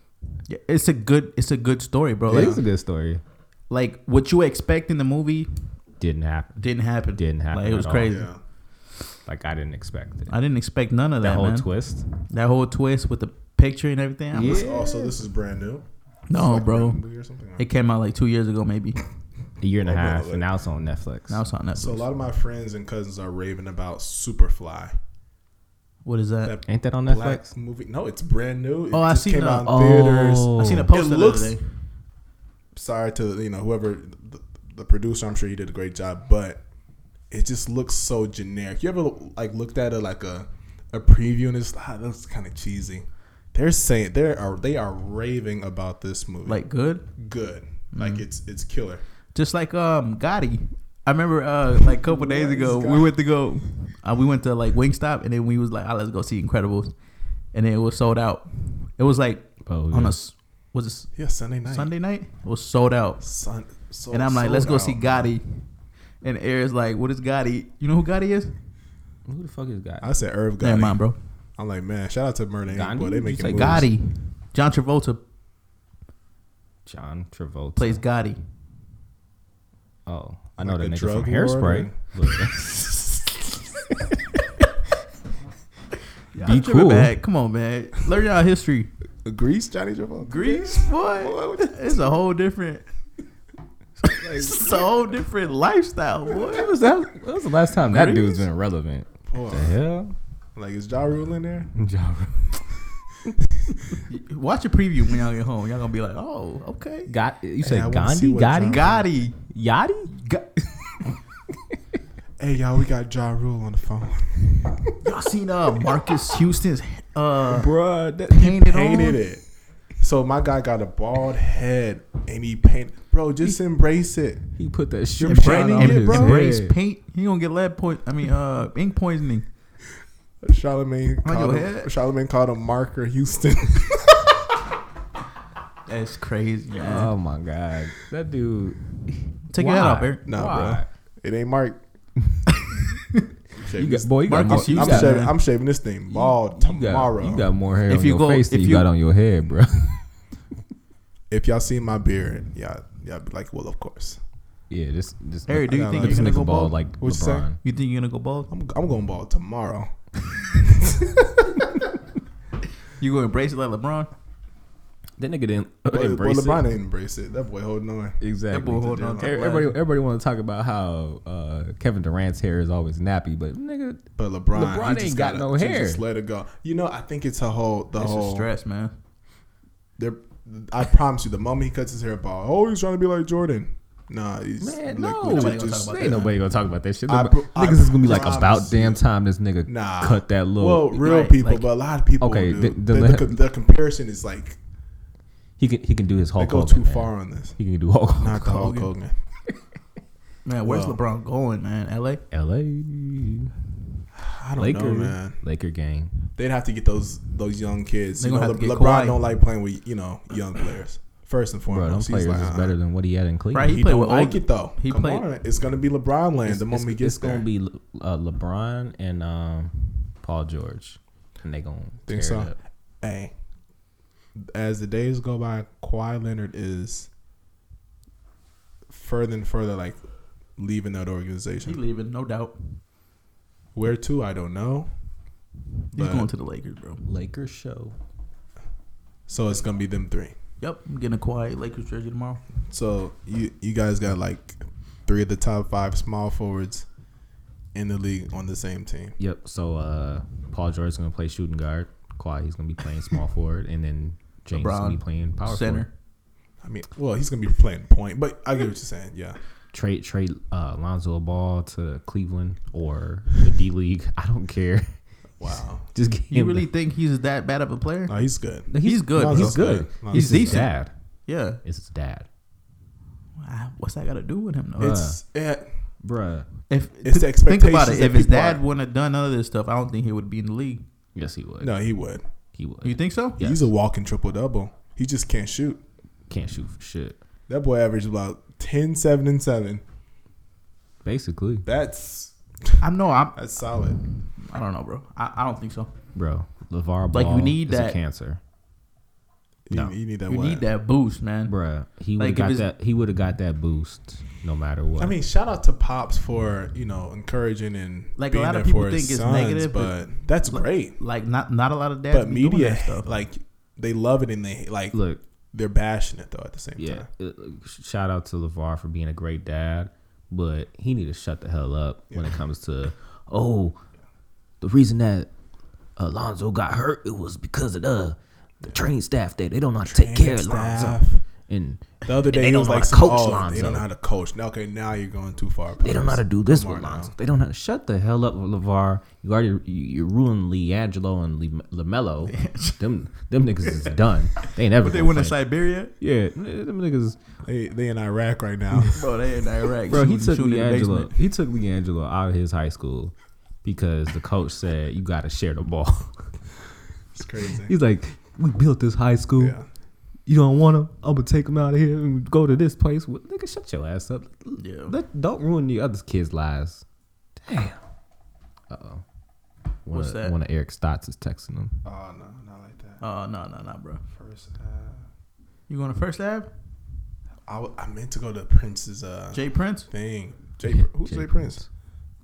A: Yeah, It's a good it's a good story, bro.
C: It
A: Like,
C: was a good story.
A: like what you expect in the movie
C: Didn't happen.
A: didn't happen.
C: Didn't happen
A: Like it
C: at
A: was
C: all.
A: crazy.
B: Yeah.
C: Like I didn't expect it.
A: I didn't expect none of
C: that
A: that,
C: whole
A: man.
C: twist.
A: That whole twist with the picture and everything. I was-
B: This- Also, this is brand new.
A: no,
B: Like
A: bro.
B: brand new or something.
A: It came out like two years ago, maybe.
C: A year and a
B: Oh, bro,
C: half,
B: like-
C: and now it's on Netflix.
A: Now it's on Netflix.
B: So a lot of my friends and cousins are raving about Superfly.
A: what is that?
B: That
C: Ain't that on
B: black
C: Netflix?
B: movie. No, it's brand new. It
A: Oh, I
B: just
A: seen
B: came
A: the-
B: out in theaters.
C: Oh.
A: I seen a poster
B: looks-
A: the other day.
B: Sorry to you know whoever the, the producer. I'm sure you did a great job, but it just looks so generic. You ever like looked at it like a a preview and it's ah, that looks kind of cheesy. They're saying they are they are raving about this movie.
A: Like mm-hmm. good.
B: good, like it's it's killer.
A: Just like um Gotti. I remember uh like a couple days
B: What is
A: ago we
B: Gotti?
A: went to go uh, we went to like Wingstop and then we was like, oh, let's go see Incredibles. And then it was sold out. It was like
C: Oh,
A: on
C: yeah.
A: a s- was it s-
B: Yeah, Sunday night.
A: Sunday night? It was sold out.
B: Sun, so,
A: and I'm like, let's go
B: sold
A: see
B: out.
A: Gotti. And Air's like, what is Gotti? You know who Gotti is?
C: Who the fuck is Gotti?
B: I said Irv
A: Never
B: Gotti.
A: mind, bro.
B: I'm like, man, shout out to Murder Inc.
C: Gandhi?
B: Boy, they
C: You
B: making
C: say
B: movies.
A: Gotti. John Travolta
C: John Travolta.
A: plays Gotti.
C: Oh, I know
B: Like a
C: that nigga
B: drug
C: from
B: lord
C: Hairspray.
B: or-
A: Y'all
C: Be
A: tripping,
C: cool.
A: man. Come on, man. Learn y'all history.
B: Grease, Johnny Travolta.
A: Grease, boy.
B: what-
A: It's a whole different. it's a whole different lifestyle, boy.
C: When was that? When was the last time that
B: Grease?
C: dude's been relevant?
B: Boy.
C: The hell?
B: Like, is Ja Rule in there?
C: Ja
A: Watch a preview when y'all get home. Y'all gonna be like, oh, okay.
C: Got you
B: I
C: said
B: wanna see
C: Gandhi?
B: what
C: Gotti?
B: John-
A: Gotti.
C: Yachty?
A: Got-
B: Hey, y'all, we got Ja Rule on the phone.
A: y'all seen uh Marcus Houston's uh
B: Bruh, that,
A: Painted on?
B: it. So my guy got a bald head, and he painted. Bro, just embrace it.
C: He put that shoe
B: Embrace
C: shine
B: it,
C: on his
B: bro.
A: embrace
C: head.
A: paint. He gonna get lead point. I mean, uh, ink poisoning.
B: Charlemagne
A: On
B: called
A: your
B: him.
A: head?
B: Charlemagne called him Marker Houston.
A: That's crazy, man.
C: Oh my god, that dude.
A: Take your head
C: Why?
A: off, Eric.
B: nah,
C: Why?
B: bro, it ain't Mark.
C: You got, boy, you got
A: Marcus,
C: more,
A: you
B: I'm,
A: got-
B: shaving, I'm shaving this thing bald
C: you got-
B: tomorrow.
C: You got more hair
A: If
C: on
A: you
C: your
A: go-
C: face than
A: if
C: you,
A: you-
C: got on your head, bro.
B: if y'all see my beard, y'all, y'all be like, well, of course.
C: yeah, this this.
A: Harry, do you
B: I
A: think
B: got
A: you're
C: this
A: gonna
C: nigga
A: go
C: bald
A: bald?
C: like
B: What you say?
C: LeBron?
A: you think you're gonna go bald?
B: I'm, I'm going bald tomorrow.
A: You gonna embrace it like LeBron?
C: That nigga didn't
B: Well,
C: embrace
B: well, LeBron
C: it.
B: didn't embrace it. That boy holding on.
C: Exactly.
A: That boy holding on to
C: Every-
A: the
C: Everybody,
A: ladder.
C: everybody want to talk about how uh, Kevin Durant's hair is always nappy, but nigga,
B: But LeBron,
C: LeBron
B: he
C: ain't
B: just
C: got
B: gotta-
C: no
B: just-
C: hair.
B: Just let it go. You know, I think it's a whole the
A: It's a
B: whole.
A: stress, man.
B: They're, I promise you, the moment he cuts his hair bald, oh, he's trying to be like Jordan. Nah, he's like,
C: man, no,
B: legit
A: nobody gonna
B: just-
A: talk about
C: ain't
A: that.
C: nobody gonna talk about that shit.
B: I
C: Nobody-
B: pro- I
C: niggas is gonna be like,
B: promise
C: about damn
B: you.
C: time this nigga
B: Nah,
C: cut that little.
B: Well, real
A: Right,
B: people,
A: like-
B: but a lot of people.
C: Okay,
B: Okay,
C: the-
B: the,
C: the-
B: the, co- the comparison is like
C: he can he can do his
B: they
C: Hulk
B: go
C: Hogan.
B: too
C: man.
B: far on this.
C: He can do Hulk
B: Not the Hulk
C: Hogan.
B: Hogan.
A: Man, where's
B: Well.
A: LeBron going, man? L.A.
C: L.A.
B: I don't
C: Laker,
B: know, man.
C: Laker gang.
B: They'd have to get those those young kids.
A: They
B: You know,
A: gonna
B: Le-
A: have to get
B: LeBron
A: Kawhi.
B: don't like playing with you know young players First and
C: Bro, them
B: foremost,
C: players
B: he's like,
C: is
B: uh-uh.
C: better than what he had in Cleveland.
B: He,
A: Right,
B: played
A: played
B: don't
A: with
B: like
A: old-
B: it though.
A: he
B: Come
A: played-
B: on, it's gonna be LeBron land the moment he
C: it's,
B: gets
C: it's gonna
B: there.
C: be Le- uh, LeBron and um, Paul George, and they gonna
B: Think
C: tear
B: so?
C: it up.
B: hey, as the days go by, Kawhi Leonard is further and further like leaving that
A: He
B: organization.
A: leaving, no doubt.
B: Where to, I don't know.
A: He's
B: But-
A: going to the Lakers, bro.
C: Lakers show.
B: So it's gonna be them three.
A: Yep, I'm getting a quiet Lakers jersey tomorrow.
B: So you you guys got like three of the top five small forwards in the league on the same team.
C: Yep. So uh, Paul George is gonna play shooting guard. Kawhi he's gonna be playing small forward, and then James is gonna be
A: LeBron,
C: playing power forward.
A: Center.
B: I mean, well, he's gonna be playing point, but I get what you're saying. Yeah,
C: Trade trade uh, Lonzo Ball to Cleveland or the D League. I don't care.
B: wow,
C: Just get
A: You
C: him.
A: really think he's that bad of a player?
B: no, he's good.
C: the-
A: he's good,
C: Lonzo's
A: bro.
B: Lonzo's
C: good.
B: good.
A: He's
C: He's decent.
A: decent.
C: Dad.
A: Yeah.
C: It's his dad,
A: Ah, What's that got to do with him though?
B: It's eh,
C: bruh.
A: if
B: it's the
A: think about
B: expectations
A: it,
B: that
A: if his
B: people
A: dad
B: are-
A: wouldn't have done none of this stuff, I don't think he would be in the league.
C: Yes, he would.
B: no, he would.
C: he would.
A: You think so?
C: Yes.
B: He's a walking triple double. He just can't shoot.
C: Can't shoot for shit.
B: That boy averaged about 10, 7, and 7.
C: Basically,
B: That's
A: I know. I'm.
B: that's solid.
A: I don't know, bro. I, I don't think so.
C: bro. Levar Ball
A: Like, you need
C: is a
A: that-
C: cancer,
B: You,
C: No.
B: you need that
A: You
B: what?
A: need that boost, man.
C: bruh. He would
A: Like,
C: have
A: if
C: got
A: it's-
C: that. He would have got that boost no matter what.
B: I mean, shout out to Pops for, you know, encouraging and
A: Like, a
B: being
A: lot
B: there
A: of people
B: for his
A: think it's
B: sons,
A: negative,
B: but,
A: but-
B: that's
A: Like-
B: great.
A: Like not not a lot of dads.
B: But
A: be doing
B: media,
A: that stuff.
B: like, they love it and they, like,
C: look,
B: they're bashing it, though, at the same
C: yeah.
B: time.
C: uh, Shout out to Levar for being a great dad, but he need to shut the hell up when it comes to oh, the reason that Alonzo got hurt it was because of the the training staff there. They don't know how to take care of Alonzo,
B: Staff.
C: and
B: The other
C: they
B: day, he
C: don't
B: was
C: know how
B: like,
C: to coach
B: oh, they
C: Lonzo.
B: don't know how to coach. Now, okay, now you're going too far.
C: They don't know how to
B: Pops.
C: do this
B: Come
C: with
B: on
C: Lonzo.
B: now.
C: They don't know how to shut the hell up with Levar. You already you, you ruined Leangelo and Le, Lamelo. them them niggas is done. They ain't ever.
A: But they
C: gonna
A: went to
C: play.
A: Siberia,
C: Yeah, them niggas.
B: They, they in Iraq right now.
A: bro. They in Iraq.
C: Bro, he
A: shooting-
C: took
A: shooting in the
C: Leangelo.
A: basement.
C: He took Leangelo out of his high school because the coach said you got to share the ball.
B: It's crazy.
C: He's like, we built this high school.
B: Yeah.
C: You don't want him. I'm gonna take him out of here and go to this place. Well, nigga, shut your ass up.
A: Yeah.
C: Let, don't ruin the other kids' lives. Damn. Uh oh. One
A: What's
C: of,
A: that?
C: One of Eric Stotts is texting him.
B: Oh, no, not like
C: Uh.
B: that.
A: Oh no no no, bro.
B: First, uh,
A: You going to First Ave?
B: I, w- I meant to go to Prince's uh,
A: Jay Prince.
B: thing. Jay, Pr- who's Jay, Prince?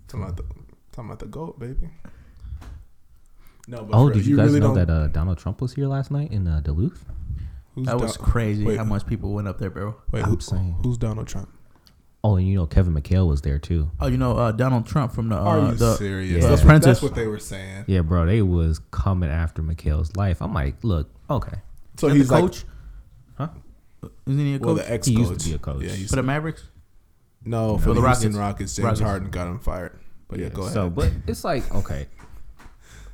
B: Talking about the talking about the goat, baby. No, but
C: Oh,
B: for-
C: did you, guys
B: really
C: know
B: don't-
C: that uh, Donald Trump was here last night in uh, Duluth?
B: Who's
A: That was
B: Don-
A: crazy
B: Wait.
A: how much people went up there, bro.
B: Wait,
C: I'm
B: who,
C: saying.
B: who's Donald Trump?
C: Oh, and you know Kevin McHale was there too.
A: Oh, you know uh, Donald Trump from the uh,
B: Are you
A: the
B: serious?
C: yeah.
B: That's,
A: The
B: what, that's
A: Apprentice.
B: what they were saying.
C: Yeah, bro, they was coming after McHale's life. I'm like, look, okay,
B: So
A: Is that
B: he's
A: the
B: like,
A: coach?
C: Huh?
A: Isn't he a
B: well,
A: coach
B: the ex
C: He
B: coach.
C: used to be a coach.
B: Yeah, he used
A: for the
B: to-
A: Mavericks?
B: no, for
A: the
B: the
A: Rockets.
B: Houston Rockets. James
A: Rockets.
B: Harden got him fired. But yeah, go ahead.
C: So, but it's like, okay,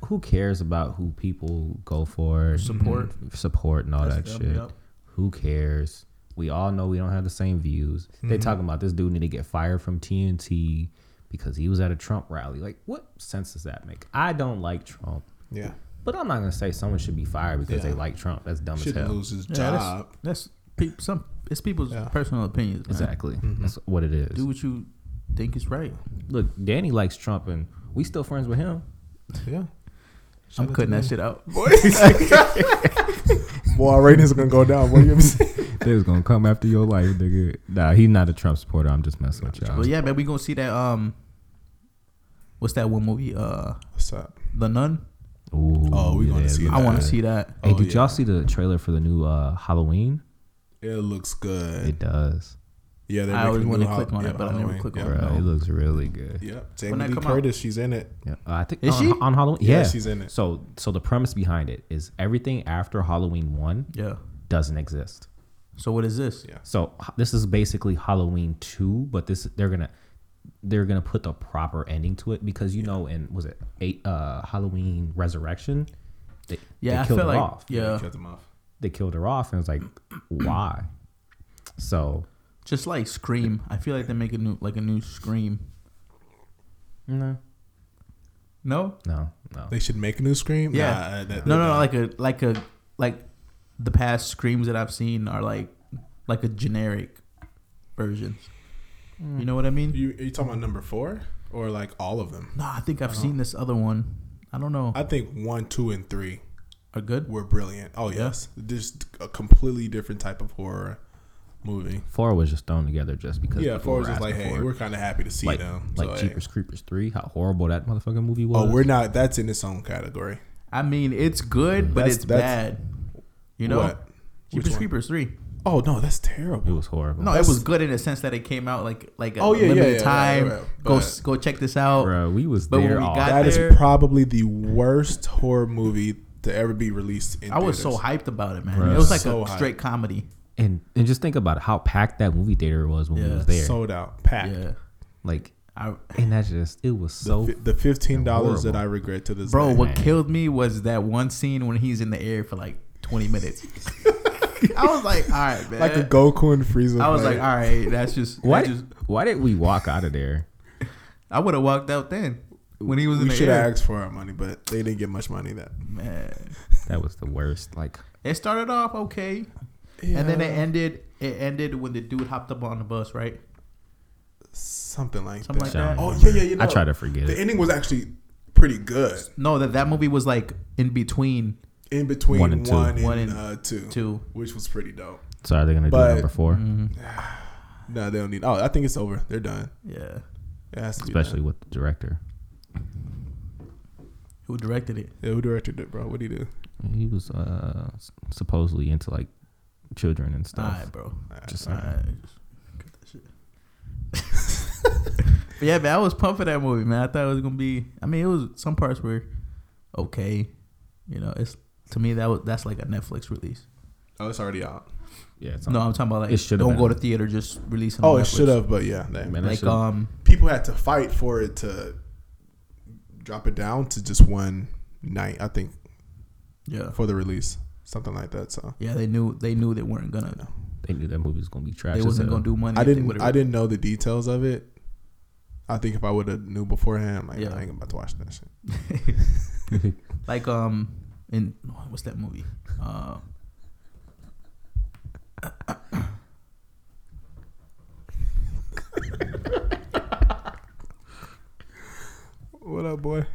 C: who cares about who people go for,
A: Support.
C: support, and all
A: That's
C: that
A: them,
C: shit?
A: yep.
C: Who cares? We all know we don't have the same views. They
A: Mm-hmm.
C: talking about this dude need to get fired from TNT because he was at a Trump rally. Like, what sense does that make? I don't like Trump,
B: yeah,
C: but I'm not gonna say someone should be fired because
B: Yeah.
C: they like Trump. That's dumb as
B: shouldn't
C: hell.
B: lose his
A: Yeah, that's-
B: job.
A: That's peop some. It's people's
B: Yeah.
A: personal opinions. man.
C: Exactly,
A: Mm-hmm.
C: that's what it is.
A: Do what you think is right.
C: Look, Danny likes Trump, and we still friends with him.
B: Yeah. Shout out
A: I'm
B: to
A: cutting that
B: them.
A: shit out.
B: Boy, our ratings are gonna go down. What you ever seen?
C: they was gonna come after your life, nigga. Nah, he's not a Trump supporter. I'm just messing with y'all.
A: But yeah, man, we gonna see that. Um, what's that one movie? Uh,
B: What's up?
A: The Nun.
C: Ooh,
B: Oh, we gonna see
C: look
A: I want
B: Yeah.
A: to see that.
C: Hey,
B: Oh,
C: did
B: yeah.
C: y'all see the trailer for the new uh, Halloween?
B: It looks good.
C: It does,
B: yeah, they're
A: I always
B: making
A: wanted
B: new
A: to
B: Hall-
A: click on it,
B: yeah,
A: but I never click on
B: yeah.
A: it.
C: bro.
A: no.
C: It looks really good.
B: Yeah,
A: When
B: Jamie
A: that
B: Lee
A: come out?
B: Curtis, she's in it.
C: Yeah, uh, I think
A: Is
C: on,
A: she?
C: on Halloween?
B: Yeah,
C: Yeah.
B: she's in it.
C: So, so the premise behind it is everything after Halloween one
A: Yeah.
C: doesn't exist.
A: So what is this?
B: Yeah.
C: So h- this is basically Halloween two, but this they're gonna they're gonna put the proper ending to it because you know in was it eight uh Halloween Resurrection they,
A: Yeah,
C: they
A: I
C: killed
A: feel
C: her
A: like
C: off
A: yeah,
B: Cut them off.
C: they killed her off and it's like why so
A: just like Scream. I feel like they make a new like a new Scream.
C: no
A: No,
C: no no
B: They should make a new Scream.
A: Yeah.
B: Nah, that-
A: no, no,
B: that-
A: no, like a like a like the past Screams that I've seen are like like a generic version. You know what I mean?
B: You are you talking about number four or like all of them?
A: No, I think I've seen this other one. I don't know.
B: Uh-huh. I think one, two, and three
A: Are good?
B: were brilliant. Oh yes, just a completely different type of horror movie.
C: Four was just thrown together just because.
B: Yeah,
C: people
B: four
C: were
B: was just
C: asking
B: like, hey,
C: for it.
B: we're kind of happy to see
C: like,
B: them.
C: like
B: so, hey.
C: Jeepers Creepers three. How horrible that motherfucking movie was.
B: Oh, we're not. That's in its own category.
A: I mean, it's good, but
B: That's-
A: it's
B: that's-
A: bad. You know,
B: What? Which
A: Jeepers
B: one?
A: Creepers three.
B: Oh no, that's
C: It
B: terrible.
C: was horrible.
A: No,
B: That's-
A: it was good in the sense that it came out like like a
B: Oh, yeah, yeah,
A: limited
B: yeah, yeah,
A: time.
B: yeah, yeah.
A: Go
B: But-
A: s- go check this out.
C: bro, we was
A: But when
C: there.
A: we
C: all-
A: got-
B: That is
A: there-
B: probably the worst horror movie to ever be released. in
A: I was so
B: theaters.
A: hyped about it, man.
C: Bro.
A: It was like
B: So
A: a
B: hyped.
A: straight comedy.
C: and and just think about how packed that movie theater was when we
A: Yeah,
C: was there.
B: sold out, packed.
A: Yeah,
C: like,
A: I,
C: and that's just it was so.
B: Fi- the fifteen dollars that
C: horrible.
B: I regret to this
A: bro.
B: day.
A: What killed me was that one scene when he's in the air for like twenty minutes. I was like, all right, man.
B: like a Goku and Frieza.
A: I was like,
B: fight.
A: all right, that's just
C: why
A: that
C: did-
A: just-
C: why did we walk out of there?
A: I would have walked out then when he was in
B: we
A: the
B: should have
A: air.
B: asked for our money, but they didn't get much money. That
A: Man,
C: That was the worst. Like,
A: it started off okay, and then it ended. It ended when the dude hopped up on the bus, right?
B: something like
A: Something like that.
B: that. Oh yeah, yeah, you know.
C: I try to forget
B: The
C: it.
B: ending was actually pretty good.
A: No, that that movie was like in between
B: In between
C: One
B: one
C: and
B: and
C: two.
A: One and
B: uh, two,
A: two.
B: which was pretty dope.
C: So are they gonna do
B: But-
C: number four?
B: No, they don't need. Oh, I think it's over. They're done.
A: Yeah,
B: It has to be done.
C: Especially with the director.
A: who directed it?
B: Yeah, who directed it, bro? What do you do?
C: He was uh s- supposedly into like children and
A: All
C: stuff.
A: right, bro.
C: Just
A: All
C: like,
A: right. But yeah, man, I was pumped for that movie, man. I thought it was gonna be. I mean, it was some parts were okay. You know, it's to me that was that's like a Netflix release.
B: Oh, it's already out.
C: yeah, it's
A: no,
C: on-
A: I'm talking about like
C: It should've
A: don't go
C: been.
A: to theater, just release it.
B: Oh,
A: on
B: it
A: Netflix.
B: should have, but yeah, they,
C: Man, that
A: Like
C: should've-
A: um,
B: people had to fight for it to drop it down to just one night. I think
A: yeah,
B: for the release, something like that. So
A: yeah, they knew they knew they weren't gonna.
C: they knew that movie was gonna be trash.
A: They
C: as
A: wasn't
C: hell.
A: gonna do money.
B: I
A: if they
B: didn't.
A: would've-
B: I didn't know the details of it. I think if I would have knew beforehand, I'm like,
A: Yeah.
B: "Nah, I ain't about to watch that shit.
A: like um in what's that movie? Uh,
B: What up, boy?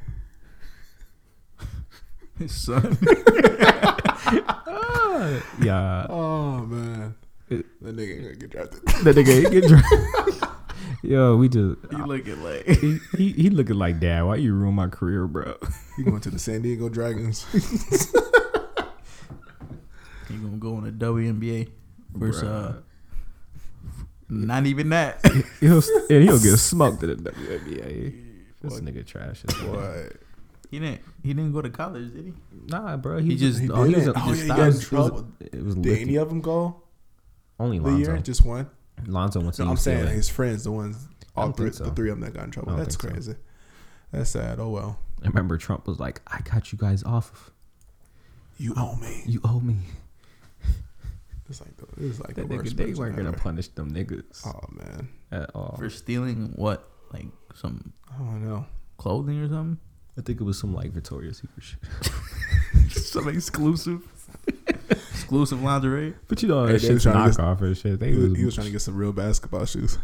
A: his son.
C: Yeah,
B: Oh man, that
C: It-
B: nigga ain't gonna get drafted.
C: that nigga he get drunk. Yo, we just
A: you looking like
C: he, he he looking like dad. Why you ruin my career, bro?
B: He going to the San Diego Dragons.
A: you gonna go on a WNBA versus uh,
C: Bruh.
A: not even that.
C: He'll and he'll get smoked in the WNBA. This
B: Fuck.
C: nigga trash. As hell.
B: What?
A: He didn't. He didn't go to college, did he?
C: Nah, bro.
A: He
C: was-
A: just.
B: he
A: oh, he was
B: didn't.
A: up
B: Oh,
A: just stopped.
B: yeah, he got in
C: it was-
B: trouble.
C: It was
B: Did any
C: Lithic.
B: of them go
C: only
B: the year?
C: Lonzo.
B: Just one.
C: Lonzo went to
B: No, I'm
C: UCLA.
B: saying his friends, the ones,
C: I
B: all
C: don't
B: three,
C: think so.
B: the three of them that got in
C: I
B: trouble.
C: don't
B: That's
C: think
B: crazy. That's sad. Oh well.
C: I remember Trump was like, "I got you guys off.
B: You owe me.
C: You owe me."
B: It's like the, it's like
C: That
B: the
C: nigga,
B: worst
C: they
B: person
C: weren't gonna
B: ever.
C: punish them niggas
B: Oh man,
C: at all.
A: for stealing what, like some
B: I don't know.
A: clothing or something,
C: I think it was some like Victoria's Secret shit.
A: some exclusive, exclusive lingerie.
C: But you know,
B: Hey,
C: that
B: they
C: shit's
B: trying to get-
C: knockoff and shit. They
B: He was,
C: was,
B: he was trying to get some real basketball shoes.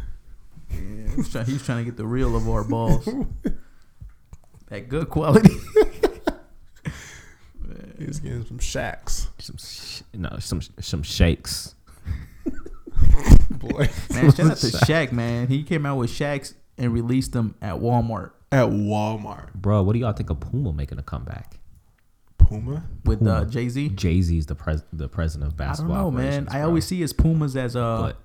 A: Yeah, he was trying, he was trying to get the real of our balls, that good quality.
B: He was getting some shacks.
C: some sh- no some some shakes.
B: Boy,
A: Man, shout out to Shaq, man. He came out with Shaqs and released them at Walmart
B: at Walmart,
C: Bro, what do y'all think of Puma making a comeback?
B: Puma.
A: with uh,
C: Puma.
A: Jay Z.
C: Jay Z's the pres the president of
A: I don't
C: basketball.
A: know, man.
C: operations,
A: I
C: bro.
A: always see his Pumas as uh
C: but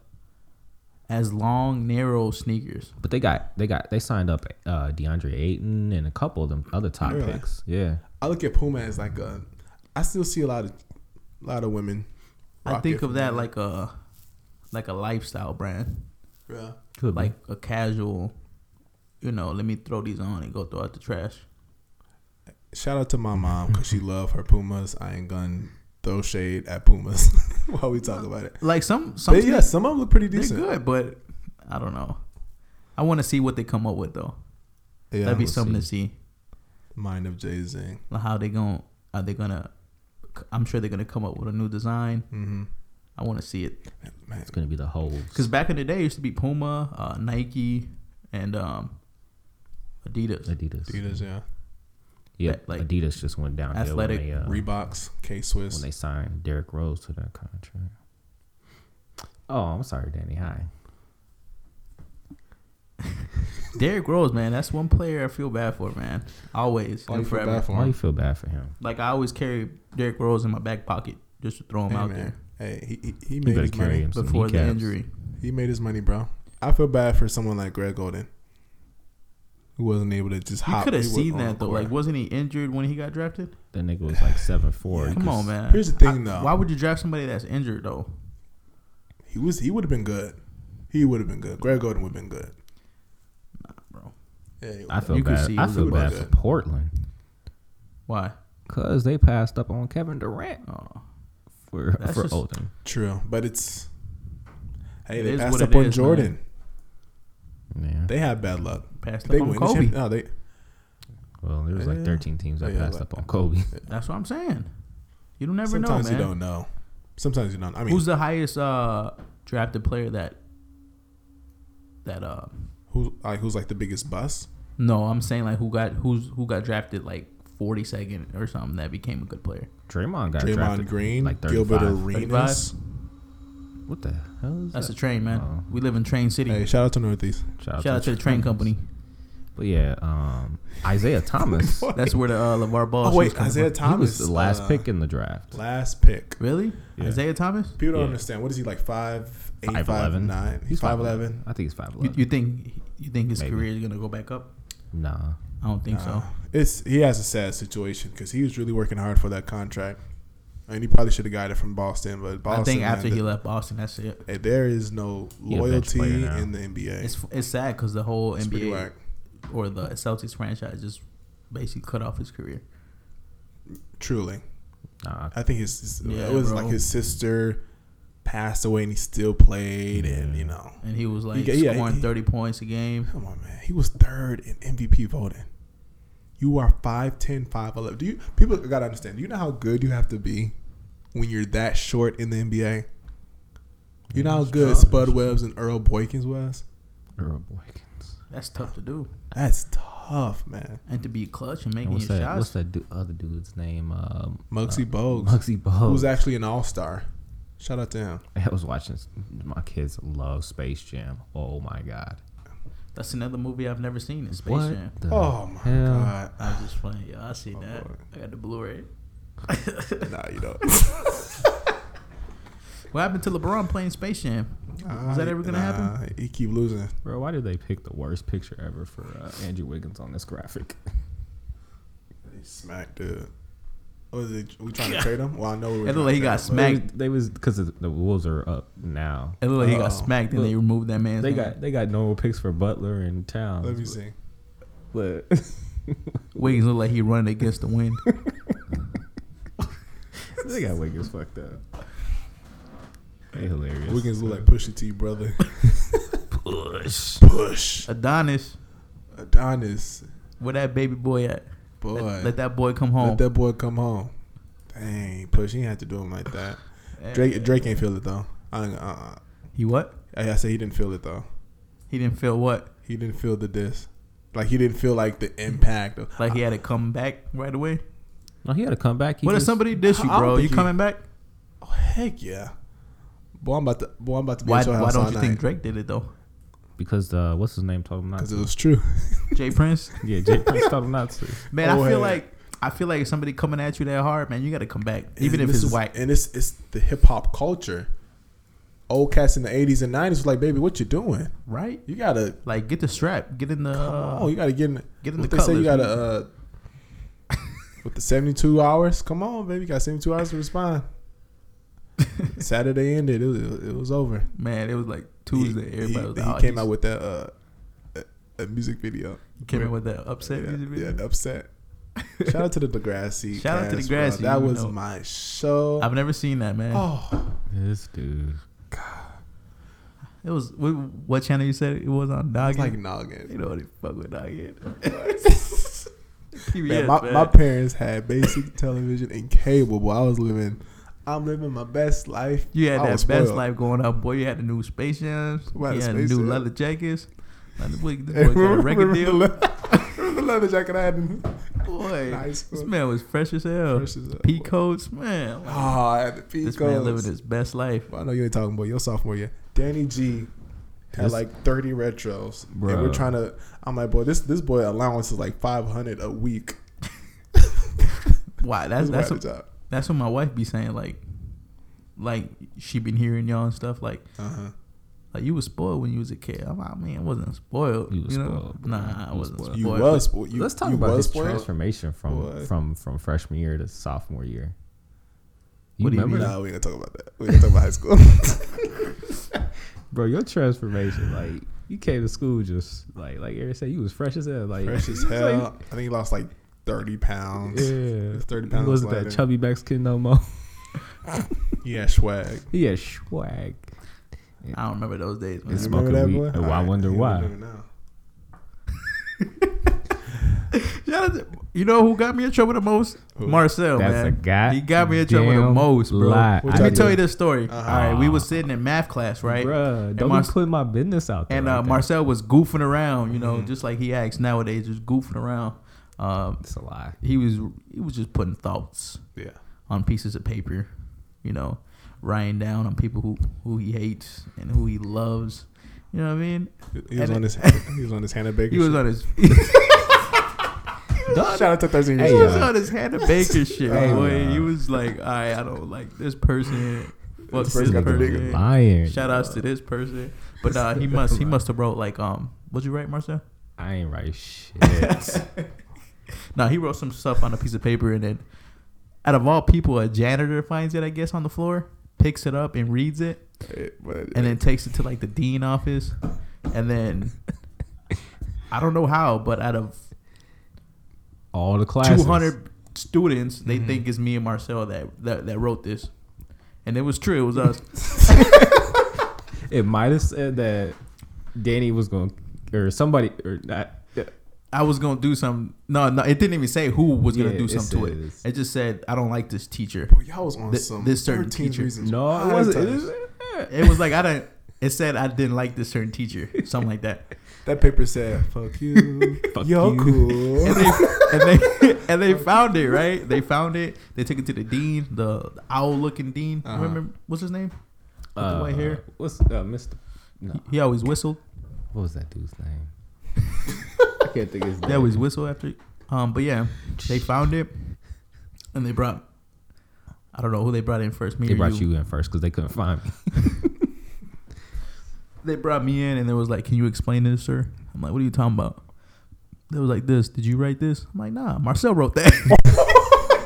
A: as long, narrow sneakers.
C: but they got they got they signed up uh, DeAndre Ayton and a couple of them other top
B: Really?
C: picks. Yeah,
B: I look at Puma as like a. I still see a lot of, lot of women.
A: I
B: rock
A: think
B: it
A: of
B: from
A: that
B: there.
A: like a like a lifestyle brand,
B: Yeah.
C: could
A: like a casual. You know, let me throw these on and go throw out the trash.
B: Shout out to my mom because she love her Pumas. I ain't gonna throw shade at Pumas while we talk about it.
A: Like some some
B: But yeah,
A: sneakers,
B: some of them look pretty
A: they're
B: decent.
A: good, but I don't know. I want to see what they come up with though.
B: Yeah,
A: That'd be
C: we'll
A: something to see.
B: mind of Jay Z.
A: Like how they going are they gonna? I'm sure they're gonna come up with a new design.
B: Mm-hmm.
A: I want to see it.
B: Man,
C: It's gonna be the hoes.
A: Because back in the day, it used to be Puma, uh, Nike, and um, Adidas.
C: Adidas.
B: Adidas, yeah.
C: Yeah,
A: like,
C: Adidas just went down
A: athletic
C: when they, uh,
B: Reeboks, K
C: when
B: Swiss.
C: they signed Derrick Rose to that contract. Oh, I'm sorry, Danny. Hi.
A: Derrick Rose, man, that's one player I feel bad for, man. Always
B: Why you
A: and
B: feel
A: forever.
B: bad for
C: Why you
B: him?
C: feel bad for him?
A: Like I always carry Derrick Rose in my back pocket just to throw him
B: Hey,
A: out
B: man.
A: there
B: Hey, he, he, he
C: You
B: made
C: better
B: his
C: carry
B: money.
C: him some
A: before the
C: kneecaps.
A: injury.
B: He made his money, bro. I feel bad for someone like Greg Golden, who wasn't able to just
A: You
B: hop.
A: could have
B: he was
A: seen
B: on the
A: that though.
B: court.
A: Like, wasn't he injured when he got drafted?
C: That nigga was like seven four.
A: Come on, man.
B: here's the thing, though.
A: Why would you draft somebody that's injured though?
B: he was he would have been good. He would have been good. Greg Golden would have been good.
A: bro.
B: Yeah, he
C: I
B: would've
C: feel
A: You could
C: bad.
A: see
C: I
A: who
C: feel
B: would
C: bad
B: do
C: for
B: that.
C: Portland
A: Why?
C: because they passed up on Kevin Durant
A: Oh,
C: for
A: That's
C: for
A: just-
C: Olden.
B: been- True, but it's hey,
A: It
B: they
A: is
B: passed
A: what
B: up
A: it
B: on
A: is,
B: Jordan.
A: man.
C: Yeah.
B: They had bad luck.
A: passed
B: They
A: up on
B: win the
A: Kobe.
B: champ- no, they
C: Well, there was like
B: Yeah.
C: 13 teams that
B: Yeah,
C: passed
B: but-
C: up on Kobe.
A: That's what I'm saying. You don't never
B: sometimes
A: know, man.
B: you don't know. Sometimes you don't. I mean,
A: Who's the highest uh, drafted player that that uh
B: who like who's like the biggest bust?
A: no, I'm saying like who got who's who got drafted like 42nd or something that became a good player.
C: Draymond got
B: Draymond
C: drafted
B: Green,
C: like 35.
B: Gilbert Arenas.
C: What the hell is
A: That's a
C: that?
A: train, man.
C: Oh.
A: We live in Train City.
B: Uh-huh. Hey, shout out to Northeast.
C: Shout,
A: Shout out to the train company.
C: But yeah, um, Isaiah Thomas. he
A: That's where the uh, LeVar Ball.
B: Oh
A: shoes
B: wait,
A: come
B: Isaiah
A: from.
B: Thomas,
C: was the last
B: uh,
C: pick in the draft.
B: Last pick.
A: Really?
C: Yeah.
A: Isaiah Thomas?
B: People don't
C: Yeah.
B: understand. What is he like? Five eight, five nine.
C: 5'11"?
B: He's five eleven.
C: I think he's five
A: You,
C: eleven.
A: you think you think his
C: Maybe.
A: career is gonna go back up?
C: nah,
A: I don't think so.
B: It's he has a sad situation because he was really working hard for that contract, and he probably should have got it from Boston. But Boston,
A: I think
B: man,
A: after
B: th-
A: he left Boston, that's it.
B: hey, there is no
C: He a bench
B: loyalty
C: player now.
B: in the NBA.
A: It's it's sad because the whole
B: It's pretty
A: NBA
B: whack.
A: or the Celtics franchise just basically cut off his career.
B: Truly,
C: nah.
B: I think his, his-
A: Yeah,
B: it was
A: bro.
B: like his sister passed away and he still played, and you know,
A: and he was like
B: Yeah, yeah,
A: scoring
B: he-
A: 30 points a game.
B: come on, man, he was third in MVP voting. You are 5'10", 5'11". Do you people gotta understand? Do you know how good you have to be when you're that short in the NBA? You know how good Spud Webbs and Earl Boykins was.
C: Earl Boykins.
A: That's tough to do.
B: That's tough, man.
A: And to be clutch and
C: And
A: making
C: what's
A: your
C: that? What's
A: shots.
C: that du- other dude's name? Um,
B: Muggsy Bogues,
C: Muggsy Bogues.
B: who's actually an All Star. Shout out to him.
C: I was watching. s- My kids love Space Jam. Oh my god.
A: That's another movie I've never seen. It's Space
C: what
A: Jam.
C: the
B: Oh my
C: hell?
B: god.
A: I was just playing. Yo, I seen
B: Oh,
A: that.
B: boy.
A: I got the Blu-ray.
B: Nah, you don't.
A: What happened to LeBron playing Space Jam? Is that ever gonna happen?
B: Nah, He keep losing.
C: Bro, why did they pick the worst picture ever for uh, Andrew Wiggins on this graphic?
B: He smacked dude. Oh, is it, we trying to trade him? Well, I know we were
A: It
B: trying
A: looked like
B: to
A: he got
B: trade him,
A: smacked.
C: They was because the Wolves are up now.
A: It looked like he got
B: Oh.
A: smacked and they
C: Look,
A: removed that man's
C: They
A: hand.
C: got they got normal picks for Butler and
B: but-
C: Towns.
B: Let me see.
C: But
A: Wiggins looked like he running against the wind.
C: they got Wiggins fucked up. They hilarious.
B: Wiggins look like Pusha T, brother.
A: Push.
B: Push
A: Adonis,
B: Adonis,
A: where that baby boy at?
B: boy.
A: Let,
B: Let,
A: let that boy come home.
B: that boy come home. Dang, Push. He had to do him like that.
A: Eh,
B: Drake, Drake ain't feel it though. I, ain't- uh,
A: He what?
B: I, I said he didn't feel it though.
A: He didn't feel what?
B: He didn't feel the diss. Like he didn't feel like the impact of.
A: Like he had to come back right away.
C: No, he had to come back. He
A: What if
C: just-
A: somebody diss you,
B: I don't
A: bro? You
B: think he-
A: coming back?
B: Oh heck yeah, boy! I'm about to. Boy, I'm about to be
A: Why,
B: at your
A: why
B: house
A: don't
B: all
A: you
B: night.
A: think Drake did it though?
C: Because uh, what's his name told him not
B: Because
C: to.
B: it was true.
A: Jay Prince,
C: Yeah, Jay Prince told him not to.
A: man,
B: Oh,
A: I feel
B: hey.
A: like I feel like if somebody coming at you that hard, man, you got to come back, even
B: And
A: if
B: this
A: it's
B: is-
A: whack.
B: And it's it's the hip hop culture. Old cats in the '80s and '90s was like, "Baby, what you doing?
A: right?
B: You gotta
A: Like get the strap, get in the
B: oh, you gotta get in. the-
A: Uh, get in
B: what
A: the
B: they say you
A: colors,
B: gotta uh, with the 72 hours. Come on, baby, you got 72 hours to respond. Saturday ended. It was, it was over.
A: man. It was like Tuesday.
B: He,
A: Everybody
B: he,
A: was
B: he
A: like, oh,
B: came
A: he's-
B: out with that uh, a, a music video.
A: he came out with that upset
B: yeah,
A: music video.
B: yeah, upset. Shout out to the Degrassi.
A: Shout out to
B: cast, bro.
A: Degrassi,
B: That
A: you
B: was
A: know.
B: my show.
A: I've never seen that, man.
B: oh.
C: This dude.
A: It was what, what channel you said it was on
B: It's
A: Doggin?
B: like
A: you
B: noggin.
A: know what it fuck with Doggin.
B: Man,
A: PBS,
B: my,
A: man.
B: my parents had basic television and cable, but I was living I'm living my best life.
A: You had
B: I was
A: that best
B: spoiled.
A: life going up, boy. You had the new Space Jams. You
B: Right,
A: had
B: Space
A: the new
B: Jam.
A: leather jackets. Like, the boy, this
B: Hey,
A: boy got a record
B: remember the
A: deal.
B: le- remember the leather jacket I had in
A: Boy,
B: high
A: this
B: school?
A: man was fresh as hell.
B: Fresh as hell.
A: P coats, man.
B: Oh, I had the peak
A: this man living his best life.
B: I know you ain't talking about your sophomore year. Danny G had
C: This-
B: like 30 retros. And we're
C: Bruh.
B: trying to, I'm like, boy, this this boy allowance is like 500 a week.
A: Wow, that's that's
B: This boy
A: what,
B: had a job.
A: that's what my wife be saying. Like, like she been hearing y'all and stuff. Like,
B: Uh-huh.
A: like you was spoiled when you was a kid. I'm like, man, I wasn't spoiled.
C: You was
A: know?
C: spoiled, bro.
A: Nah, I
C: You was
A: wasn't spoiled.
C: spoiled.
B: You was spoiled. You,
C: Let's talk
B: you
C: about
B: was
C: his
B: spoiled?
C: transformation from
B: What?
C: from from freshman year to sophomore year. You
A: What do you
C: remember,
B: Nah, we ain't gonna talk about that. We ain't gonna talk about high school.
C: bro? Your transformation, like you came to school just like like Eric said, you was fresh as hell. Like
B: Fresh as
C: you was like-
B: hell. I think he lost like 30 pounds.
C: yeah,
B: 30
C: he
B: pounds
C: wasn't
B: lighter.
C: that chubby Mexican no more.
B: Yeah, swag.
C: he had swag.
A: I don't remember those days. Man.
C: It's-
B: You
C: smoking weed. Oh, I
B: Alright,
C: wonder
B: you
C: why.
B: remember now.
A: Shout out to- you know who got me in trouble the most?
B: Who?
A: Marcel,
C: That's a
A: Oh, man.
C: guy.
A: He got me in trouble the most, bro.
C: Lie.
B: What
A: Let
B: y'all
A: me tell
B: do?
A: you this story.
B: Uh-huh.
A: All right, we was sitting in math class, right?
C: Bruh, don't
A: Marce-
C: be putting my business out there.
A: And
C: like
A: uh,
C: that.
A: Marcel was goofing around, you know,
B: Mhm.
A: just like he acts nowadays, just goofing around. Um,
C: it's a lie.
A: he was he was just putting thoughts
B: Yeah.
A: on pieces of paper, you know, writing down on people who who he hates and who he loves. You know what I mean?
B: He- He was
A: And
B: on
A: it-
B: his he was on his Hannah Baker.
A: He was
B: shit.
A: on his
B: Shout out to 13 years
A: he
C: Hey,
A: was
B: old.
C: uh,
A: on his Hannah Baker shit,
C: Hey,
A: boy.
C: uh,
A: He was like, I, I don't like this person. Fuck this
B: This
A: person.
B: person got the bigger
C: Lying.
A: Shout outs to this person. But uh, he must he must have wrote like um what'd you write, Marcel?
C: I ain't write shit.
A: No, he wrote some stuff on a piece of paper and then out of all people, a janitor finds it, I guess, on the floor, picks it up and reads it,
B: Hey, but-
A: and then takes it to like the dean office. And then I don't know how, but out of
C: All the classes. Mm-hmm.
A: two hundred students, they think it's me and Marcel that, that that wrote this. And it was true, it was us.
C: It might have said that Danny was going to or somebody or not.
A: I was gonna do some. No, no, it didn't even say who was gonna
C: Yeah,
A: do
C: it
A: something to it.
C: says-
A: It just said, "I don't like this teacher."
B: Boy, y'all was on
A: Th-
B: some
A: this certain
B: 13
A: teacher.
B: reasons.
C: No,
B: why
C: it wasn't.
B: I
C: It
B: touched.
C: was-
A: It was like I didn't. It said I didn't like this certain teacher, something like that.
B: That paper said, "Fuck you,
C: Fuck
B: you're
C: you.
B: cool."
A: And they and they, and they found it right. They found it. They took it to the dean, the, owl-looking dean.
B: Uh-huh.
A: Remember what's his name? With the
C: Uh,
A: white hair.
C: What's uh, Mr. No,
A: He, he always whistled.
C: what was that dude's name? I can't think of his name.
A: They always whistle after. Um, but yeah, they found it, and they brought. I don't know who they brought in first. Me
C: They
A: or
C: brought you in first because they couldn't find me.
A: they brought me in and they was like, "Can you explain this, sir?" I'm like, "What are you talking about?" They was like, "This. Did you write this?" I'm like, "Nah, Marcel wrote that."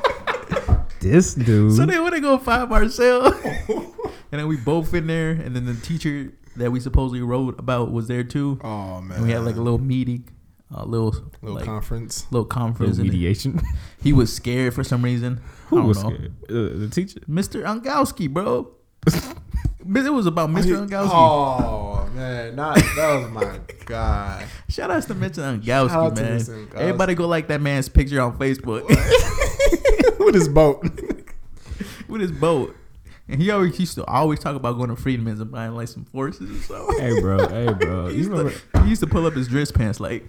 C: This dude.
A: so they went and go find Marcel, and then we both in there, and then the teacher that we supposedly wrote about was there too,
B: Oh man,
A: and we had like a little meeting, a little
B: little
A: like,
B: conference.
A: little
C: Little
A: conference. and
C: mediation.
A: he was scared for some reason. I
C: Who
A: don't
C: was
A: know.
C: scared? Uh, the teacher.
A: Mr. Unkowski, bro. But it was about
B: He-
A: Mr. Unkowski.
B: Oh man, not that was my god.
A: Shout outs to Mr.
B: Shout
A: Unkowski,
B: out to
A: man.
B: Mr. Unkowski.
A: Everybody go like that man's picture on Facebook.
B: With his boat,
A: with his boat. And he always used to always talk about going to Freedman's and buying like some forces or something.
C: Hey, bro. Hey, bro.
A: he,
C: You
A: used
C: remember?
A: to, he used to pull up his dress pants like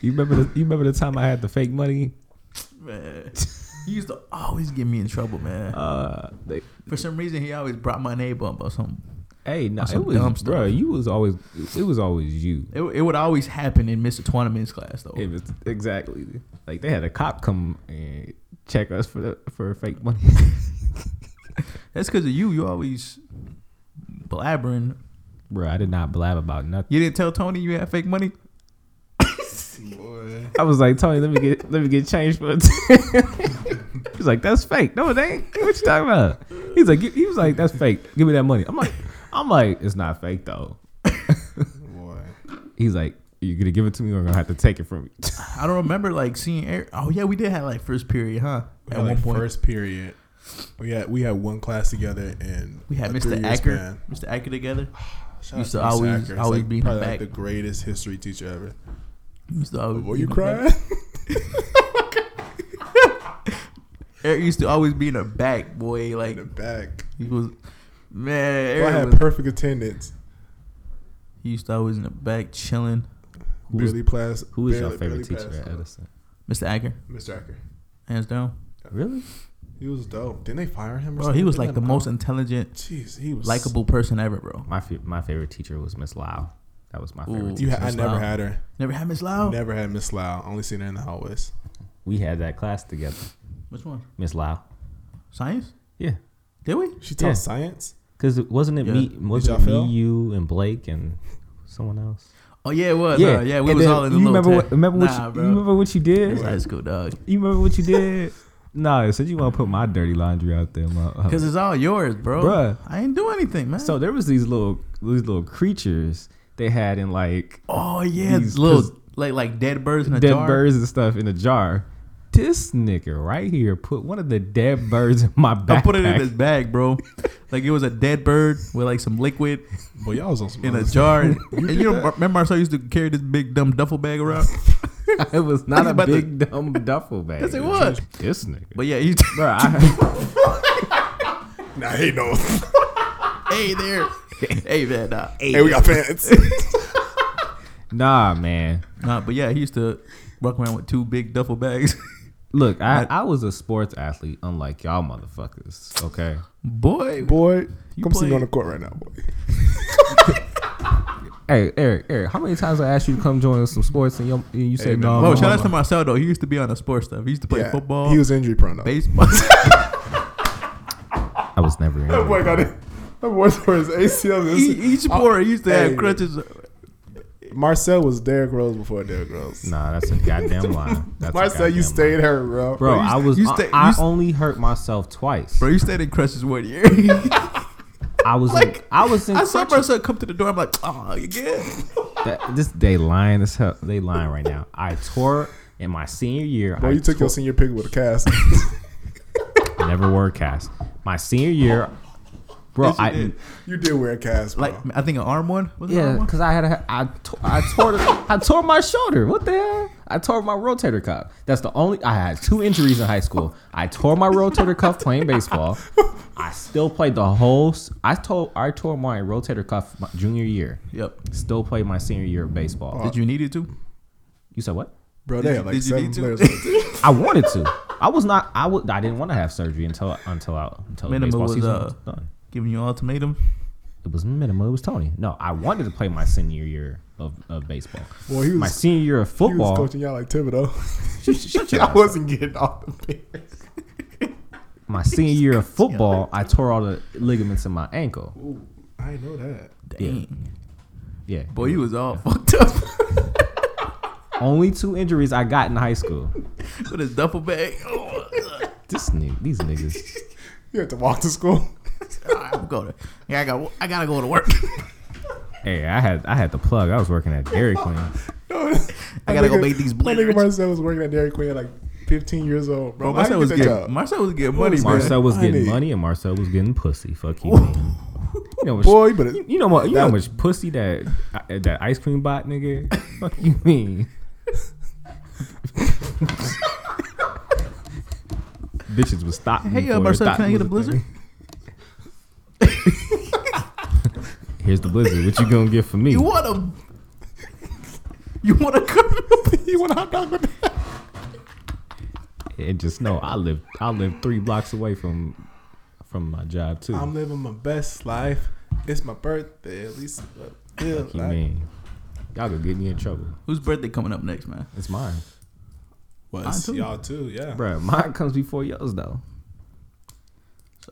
C: You remember? The, you remember the time I had the fake money?
A: man. He used to always get me in trouble, man.
C: Uh, they,
A: For some reason he always brought my name up or something.
C: hey, no,
A: That's some
C: it was,
A: dumb
C: dumb
A: stuff.
C: bro. You was always, it was always you.
A: It, it would always happen in Mr. Tournament's class though.
C: It was exactly like they had a cop come and check us for the, for fake money.
A: That's because of you. You always blabbering.
C: bro, I did not blab about nothing.
A: You didn't tell Tony you had fake money?
B: boy.
C: I was like, Tony, let me get let me get changed for. a ten." He's like, that's fake. No, it ain't. What you talking about? He's like, he was like, that's fake. Give me that money. I'm like, I'm like, it's not fake though.
B: boy.
C: He's like, you're gonna give it to me, or I'm gonna have to take it from you.
A: I don't remember like seeing Eric. Oh yeah, we did have like first period, huh?
B: We
A: At
B: had,
A: one
B: like,
A: point
B: first period, we had we had one class together, and
A: we had
B: a
A: Mr.
B: three-year
A: Acker,
B: span.
A: Mr. Acker together.
B: Shout out
A: Used
B: to
A: to
B: Mr.
A: always-
B: Acker. He's,
A: always
B: like,
A: be in the
B: probably, like,
A: back.
B: the greatest history teacher ever.
A: Used to always
B: Boy,
A: be
B: you
A: in the back.
B: crying?
A: Eric used to always be in the back, boy. Like
B: in the back.
A: he was, man.
B: Boy, I
A: Eric
B: had
A: was,
B: perfect attendance.
A: he used to always in the back chilling.
C: Who was-
B: barely passed.
C: Who was your
B: barely-
C: favorite
B: barely
C: teacher
B: passed.
C: at Edison?
A: Mr. Acker,
B: Mr. Acker.
A: hands down.
C: Really?
B: He was dope. Didn't they fire him? Or
A: Bro, he was
B: something?
A: like the most intelligent,
B: Jeez, he was
A: likable person ever, bro.
C: My fa- my favorite teacher was Miss Lau. That was my
A: Ooh.
C: favorite.
B: You
C: teacher.
B: ha- I
A: Miss
B: never
A: Lau. Oh.
B: had her.
A: Never had Miss Lau.
B: Never had Miss Lau. Only seen her in the hallways.
C: We had that class together.
A: Which one?
C: Miss Lau.
A: Science?
C: Yeah.
A: Did we?
B: She taught
C: Yeah.
B: science.
C: Cause it- wasn't it
A: Yeah.
C: me?
B: y'all
C: Wasn't it
B: fail?
C: me, you, and Blake, and someone else?
A: Oh yeah, it was. Yeah, yeah. We
C: and
A: was
C: then
A: all in the
C: you
A: little
C: remember
A: tent.
C: what, remember what
A: Nah,
C: you,
A: bro.
C: you remember what you
A: It
C: did?
A: was high school, dog.
C: You remember what you did? no, so you want to put my dirty laundry out there, my,
A: Cause it's all yours, bro.
C: Bruh.
A: I ain't do anything, man.
C: So there was these little these little creatures they had in like
A: oh yeah,
C: These-
A: little
C: 'cause-
A: like like dead birds in a
C: dead
A: jar.
C: birds and stuff in a jar. This nigga right here put one of the dead birds in my backpack.
A: I put it in this bag, bro. like it was a dead bird with like some liquid
B: Boy, y'all was on some
A: in a
C: Oh,
B: other
A: jar. and you know, remember Marcel used to carry this big dumb duffel bag around.
C: it was not a
A: About the-
C: big dumb duffel bag.
A: Yes, it was.
C: This nigga,
A: But yeah, he used to-
C: bro, I,
B: stuff. Nah, he knows.
A: hey there, hey man, nah.
B: hey, we got fans.
C: nah, man.
A: nah. But yeah, he used to walk around with two big duffel bags.
C: Look, I, I was a sports athlete, unlike y'all motherfuckers. Okay,
A: Boy,
B: boy,
A: You
B: come see me
A: play-
B: on the court right now, boy.
C: hey Eric, Eric, how many times I asked you to come join some sports and you, and you said
B: man.
C: no?
A: Whoa,
C: no,
A: shout
C: no,
A: out to Marcel though. He used to be on the sports stuff. He used to play
B: Yeah,
A: football,
B: He was injury prone. Though.
A: baseball.
C: no. I was never.
B: That boy got it. That boy tore his ACL. This-
A: E- Each sport he used to
B: Hey.
A: have crutches.
B: Marcel was Derrick Rose before Derrick Rose.
C: Nah, that's a goddamn lie. That's a
B: Marcel, you
C: goddamn
B: stayed
C: lie.
B: hurt, bro.
C: Bro,
A: you
C: I
A: st-
C: was.
A: you stay-
C: I,
A: you
C: I
A: st-
C: only hurt myself twice.
A: Bro, you stayed in crutches one year.
C: I was. in,
A: like,
C: I was in.
A: I saw
C: crutches.
A: Marcel come to the door. I'm like, oh, you good?
C: That- this they lying as hell. They lying right now. I tore in my senior year.
B: Boy,
C: I
B: you took your
C: tore-
B: senior pick with a cast.
C: never wore a cast. My senior year, bro.
A: Yes, you
C: I
A: did.
B: you did wear a cast, bro.
A: Like, I think an arm one. Was it an
C: yeah,
A: arm one?
C: because I had a, I, to, I tore the- I tore my shoulder. What the hell? I tore my rotator cuff. That's the only I had two injuries in high school. I tore my rotator cuff playing baseball. I still played the whole. s- I told I tore my rotator cuff my junior year.
A: Yep.
C: Still played my senior year of baseball.
A: Did you need it to?
C: You said what?
B: bro,
A: did
B: they
A: you-
B: had like
A: did you
B: seven
A: need to?
B: players. on the team.
C: I wanted to. I was not. I would. I didn't want to have surgery until until I, until the
A: Minima
C: baseball
A: was,
C: season
A: uh,
C: was done.
A: Giving you ultimatum.
C: It was minimal. It was Tony. No, I wanted to play my senior year of, of baseball.
B: Boy, he
C: my
B: was,
C: senior year of
B: he was
C: football.
B: coaching y'all like Thibodeau.
C: Shut your
B: I
C: ass.
B: wasn't getting off the bench.
C: my senior year of football, I tore all the ligaments in my ankle.
B: Ooh, I know that.
A: Dang.
C: Yeah.
A: Boy, you was all fucked up
C: Only two injuries I got in high school.
A: with his duffel bag. Oh, ugh.
C: This nigga, these niggas.
B: You had to walk to school.
A: All right, I'm going. Yeah, I got. I gotta go to work.
C: Hey, I had I had the plug. I was working at Dairy Queen.
B: No,
A: I gotta go make these
B: My nigga
A: blizzards.
B: Marcel was working at Dairy Queen at like 15 years old, bro.
A: Bro, Marcel was
B: good.
A: getting. Marcel was getting money, man.
C: Marcel was getting
B: Money.
C: money and Marcel was getting pussy. Fuck you. man. You know, what?
B: Boy, but it,
C: you know what? You know how
B: That-
C: much pussy that that ice cream bot nigga. Fuck you mean? Bitches was stopping.
A: Hey,
C: before
A: uh,
C: they
A: Marcel,
C: thought
A: can I
C: it
A: get a
C: was
A: blizzard?
C: thing. Here's the blizzard. What you gonna get for me?
A: You want to? You want to come?
B: he went hot dog with that.
C: And just know, I live I live three blocks away from from my job too.
B: I'm living my best life. It's my birthday. At least I feel
C: you
B: like-
C: mean? Y'all gonna get me in trouble.
A: Whose birthday coming up next, man?
C: It's mine,
B: Well,
A: Mine
B: it's
A: too.
B: y'all too, yeah.
C: bro. Mine comes before yours though.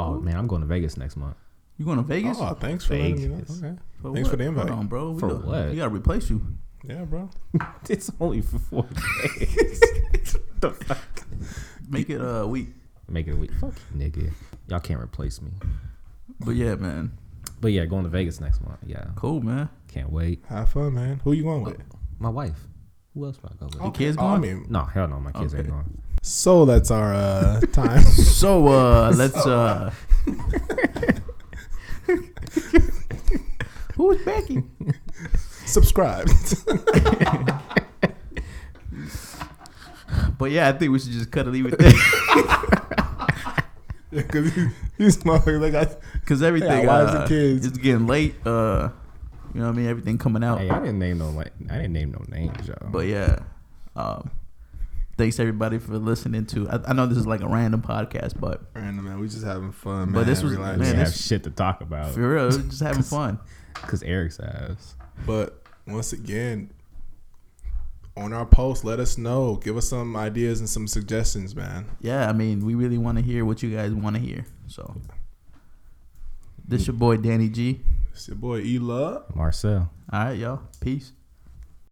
C: Oh man, I'm going to Vegas next month.
A: You going to Vegas?
B: Oh, thanks for letting me know.
C: Vegas.
B: Okay.
A: For
B: Thanks for the invite.
A: Hold on, bro. We
C: For
A: gotta,
C: what?
A: We gotta replace you.
B: Yeah, bro.
C: It's only for four days. the fuck?
A: Make it a week.
C: Make it a week. Fuck you, nigga. Y'all can't replace me.
A: But yeah, man.
C: But yeah, going to Vegas next month. Yeah,
A: Cool, man.
C: can't wait.
B: Have fun, man. Who you going with?
C: My wife. Who else might go with?
A: The kids
B: Oh, I
A: going?
B: mean,
C: No, hell no. My kids ain't
A: Okay.
C: going.
B: so that's our uh, time.
A: So uh let's uh Who is Becky?
B: Subscribe.
A: But yeah, I think we should just cut and leave it there.
B: Because these motherfuckers, they got
A: Cause everything
B: wives and
A: uh,
B: kids.
A: it's getting late. Uh, you know what I mean. Everything coming out.
C: Hey, I didn't name no like I didn't name no names, y'all.
A: But yeah, um, thanks everybody for listening to. I, I know this is like a random podcast, but
B: random man. We just having fun, man.
A: But this was-
B: Relax.
C: we
A: man,
C: didn't have
A: this-
C: shit to talk about
A: for real, we're just having fun.
C: because Eric's ass.
B: But once again, on our post, let us know. Give us some ideas and some suggestions, man.
A: Yeah, I mean, we really want to hear what you guys want to hear. So, this your boy Danny G.
B: It's your boy E Love.
C: Marcel.
A: All right, y'all. Peace.